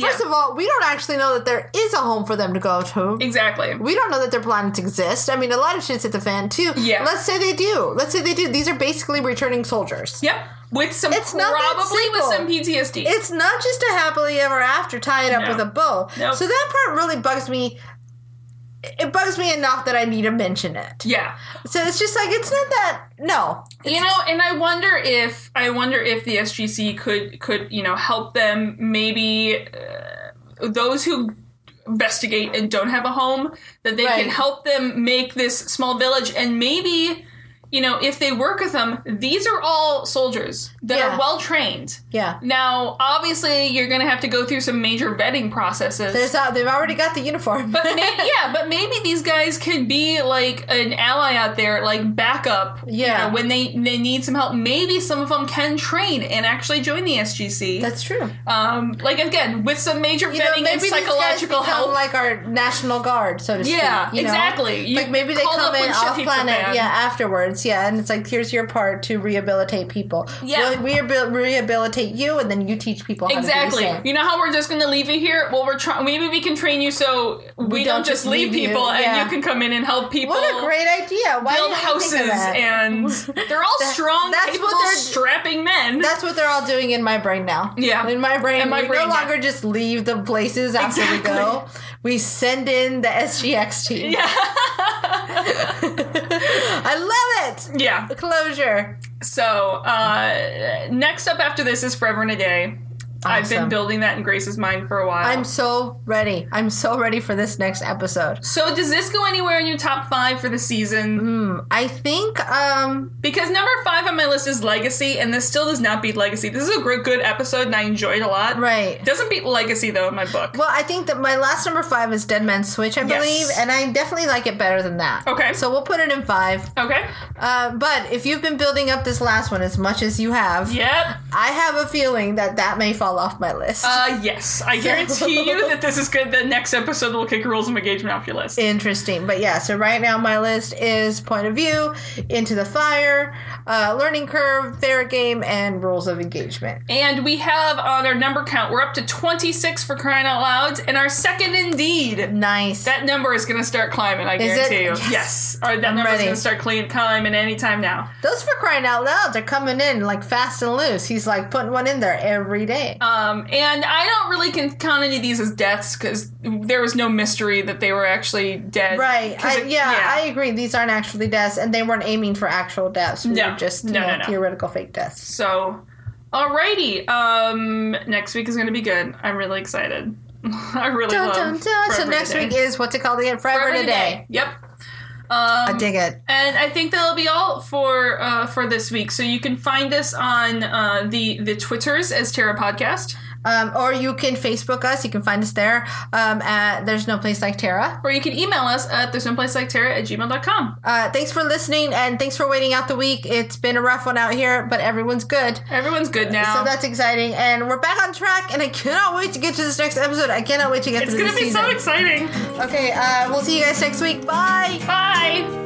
Speaker 2: First of all, we don't actually know that there is a home for them to go to.
Speaker 1: exactly.
Speaker 2: we don't know that their planets exist. I mean, a lot of shit's at the fan too.
Speaker 1: Yeah.
Speaker 2: Let's say they do. Let's say they do. These are basically returning soldiers.
Speaker 1: Yep. With some
Speaker 2: It's not that
Speaker 1: probably with some
Speaker 2: simple.
Speaker 1: PTSD.
Speaker 2: It's not just a happily ever after tying up
Speaker 1: No.
Speaker 2: with a bow.
Speaker 1: Nope.
Speaker 2: So that part really bugs me. It bugs me enough that I need to mention it.
Speaker 1: yeah.
Speaker 2: So it's just like it's not that no.
Speaker 1: you know and i wonder if i wonder if the sgc could could you know help them maybe uh, those who investigate and don't have a home that they
Speaker 2: Right.
Speaker 1: can help them make this small village and maybe you know if they work with them these are all soldiers that
Speaker 2: Yeah.
Speaker 1: are well trained
Speaker 2: Yeah.
Speaker 1: now obviously you're going to have to go through some major vetting processes
Speaker 2: There's uh, they've already got the uniform.
Speaker 1: but may [laughs]
Speaker 2: [laughs]
Speaker 1: yeah, but maybe these guys could be like an ally out there, like backup. you
Speaker 2: Yeah.
Speaker 1: know, when they they need some help, maybe some of them can train and actually join the SGC.
Speaker 2: That's true.
Speaker 1: um, like again with some major
Speaker 2: You
Speaker 1: vetting
Speaker 2: know, maybe
Speaker 1: and
Speaker 2: these guys
Speaker 1: psychological
Speaker 2: become
Speaker 1: help.
Speaker 2: like our national guard, so to speak.
Speaker 1: yeah,
Speaker 2: you know?
Speaker 1: exactly. You
Speaker 2: like maybe they
Speaker 1: call up
Speaker 2: come in
Speaker 1: when shit
Speaker 2: off
Speaker 1: hits the
Speaker 2: planet,
Speaker 1: fan.
Speaker 2: yeah, afterwards, yeah, and it's like here's your part to rehabilitate people.
Speaker 1: Yeah.
Speaker 2: we rehabil- rehabilitate you, and then you teach people how
Speaker 1: Exactly.
Speaker 2: to do the same.
Speaker 1: You know how we're just going to leave you here? Well, we're trying. Maybe we can train you so we, don't, just leave,
Speaker 2: you.
Speaker 1: people,
Speaker 2: Yeah.
Speaker 1: and you can come in and help people.
Speaker 2: What a great idea! Why
Speaker 1: build
Speaker 2: didn't I
Speaker 1: houses,
Speaker 2: think of that?
Speaker 1: and
Speaker 2: [laughs]
Speaker 1: they're all strong,
Speaker 2: that's what
Speaker 1: capable,
Speaker 2: they're-
Speaker 1: strapping men.
Speaker 2: That's what they're all doing in my brain now.
Speaker 1: Yeah.
Speaker 2: in my brain,
Speaker 1: In my
Speaker 2: we
Speaker 1: brain,
Speaker 2: no
Speaker 1: yeah.
Speaker 2: longer just leave the places after we go. We send in the SGX
Speaker 1: [laughs]
Speaker 2: team.
Speaker 1: Yeah.
Speaker 2: [laughs] I love it.
Speaker 1: yeah.
Speaker 2: Closure.
Speaker 1: So uh, next up after this is Forever and a Day. I've
Speaker 2: Awesome.
Speaker 1: been building that in Grace's mind for a while.
Speaker 2: I'm so ready. I'm so ready for this next episode.
Speaker 1: so does this go anywhere in your top five for the
Speaker 2: Mm-hmm.
Speaker 1: season?
Speaker 2: I think um
Speaker 1: Because number five on my list is Legacy, and this still does not beat Legacy. This is a gr- good episode, and I enjoyed a lot.
Speaker 2: Right.
Speaker 1: Doesn't beat Legacy though in my book.
Speaker 2: Well, I think that my last number five is Dead Man's Switch, I
Speaker 1: Yes.
Speaker 2: believe, and I definitely like it better than that.
Speaker 1: Okay.
Speaker 2: So we'll put it in five.
Speaker 1: Okay.
Speaker 2: Uh, but if you've been building up this last one as much as you have,
Speaker 1: Yep.
Speaker 2: I have a feeling that that may fall off my list.
Speaker 1: Uh, yes.
Speaker 2: [laughs]
Speaker 1: I guarantee you that this is good. The next episode will kick rules of engagement off your list.
Speaker 2: Interesting. But yeah, so right now my list is Point of View, Into the Fire, uh, Learning Curve, Fair Game, and Rules of Engagement.
Speaker 1: And we have on our number count, we're up to 26 for crying out loud, and our second indeed.
Speaker 2: Nice.
Speaker 1: That number is going to start climbing, I
Speaker 2: Is
Speaker 1: guarantee
Speaker 2: it?
Speaker 1: you.
Speaker 2: Yes.
Speaker 1: Yes. Or that number is
Speaker 2: ready.
Speaker 1: going to start clean, climbing anytime now.
Speaker 2: Those for crying out loud, they're coming in like fast and loose. He's like putting one in there every day.
Speaker 1: Um, and I don't really can count any of these as deaths because there was no mystery that they were actually dead.
Speaker 2: Right.
Speaker 1: 'Cause
Speaker 2: I,
Speaker 1: it-
Speaker 2: yeah, I agree. These aren't actually deaths, and they weren't aiming for actual deaths. We
Speaker 1: No.
Speaker 2: were just you
Speaker 1: No,
Speaker 2: know,
Speaker 1: no, no.
Speaker 2: theoretical fake deaths.
Speaker 1: so, alrighty. Um, next week is going to be good. I'm really excited. [laughs] I really
Speaker 2: Dun,
Speaker 1: love
Speaker 2: dun, dun. So
Speaker 1: Forever
Speaker 2: next
Speaker 1: Today.
Speaker 2: week is what's it called again? Forever,
Speaker 1: Forever
Speaker 2: today.
Speaker 1: Today. Yep. Um,
Speaker 2: I dig it.
Speaker 1: And I think that'll be all for uh, for this week. So you can find us on uh, the the Twitters as Terra Podcast.
Speaker 2: Um, or you can Facebook us. You can find us there um, at There's No Place Like Tara.
Speaker 1: Or you can email us at there's no place like Tara at gmail.com.
Speaker 2: Uh, thanks for listening and thanks for waiting out the week. It's been a rough one out here, but everyone's good.
Speaker 1: Everyone's good now.
Speaker 2: So that's exciting. And we're back on track. And I cannot wait to get to this next episode. I cannot wait to get
Speaker 1: it's
Speaker 2: to
Speaker 1: going
Speaker 2: this
Speaker 1: to be
Speaker 2: season.
Speaker 1: so exciting.
Speaker 2: okay, uh, we'll see you guys next week. Bye.
Speaker 1: Bye.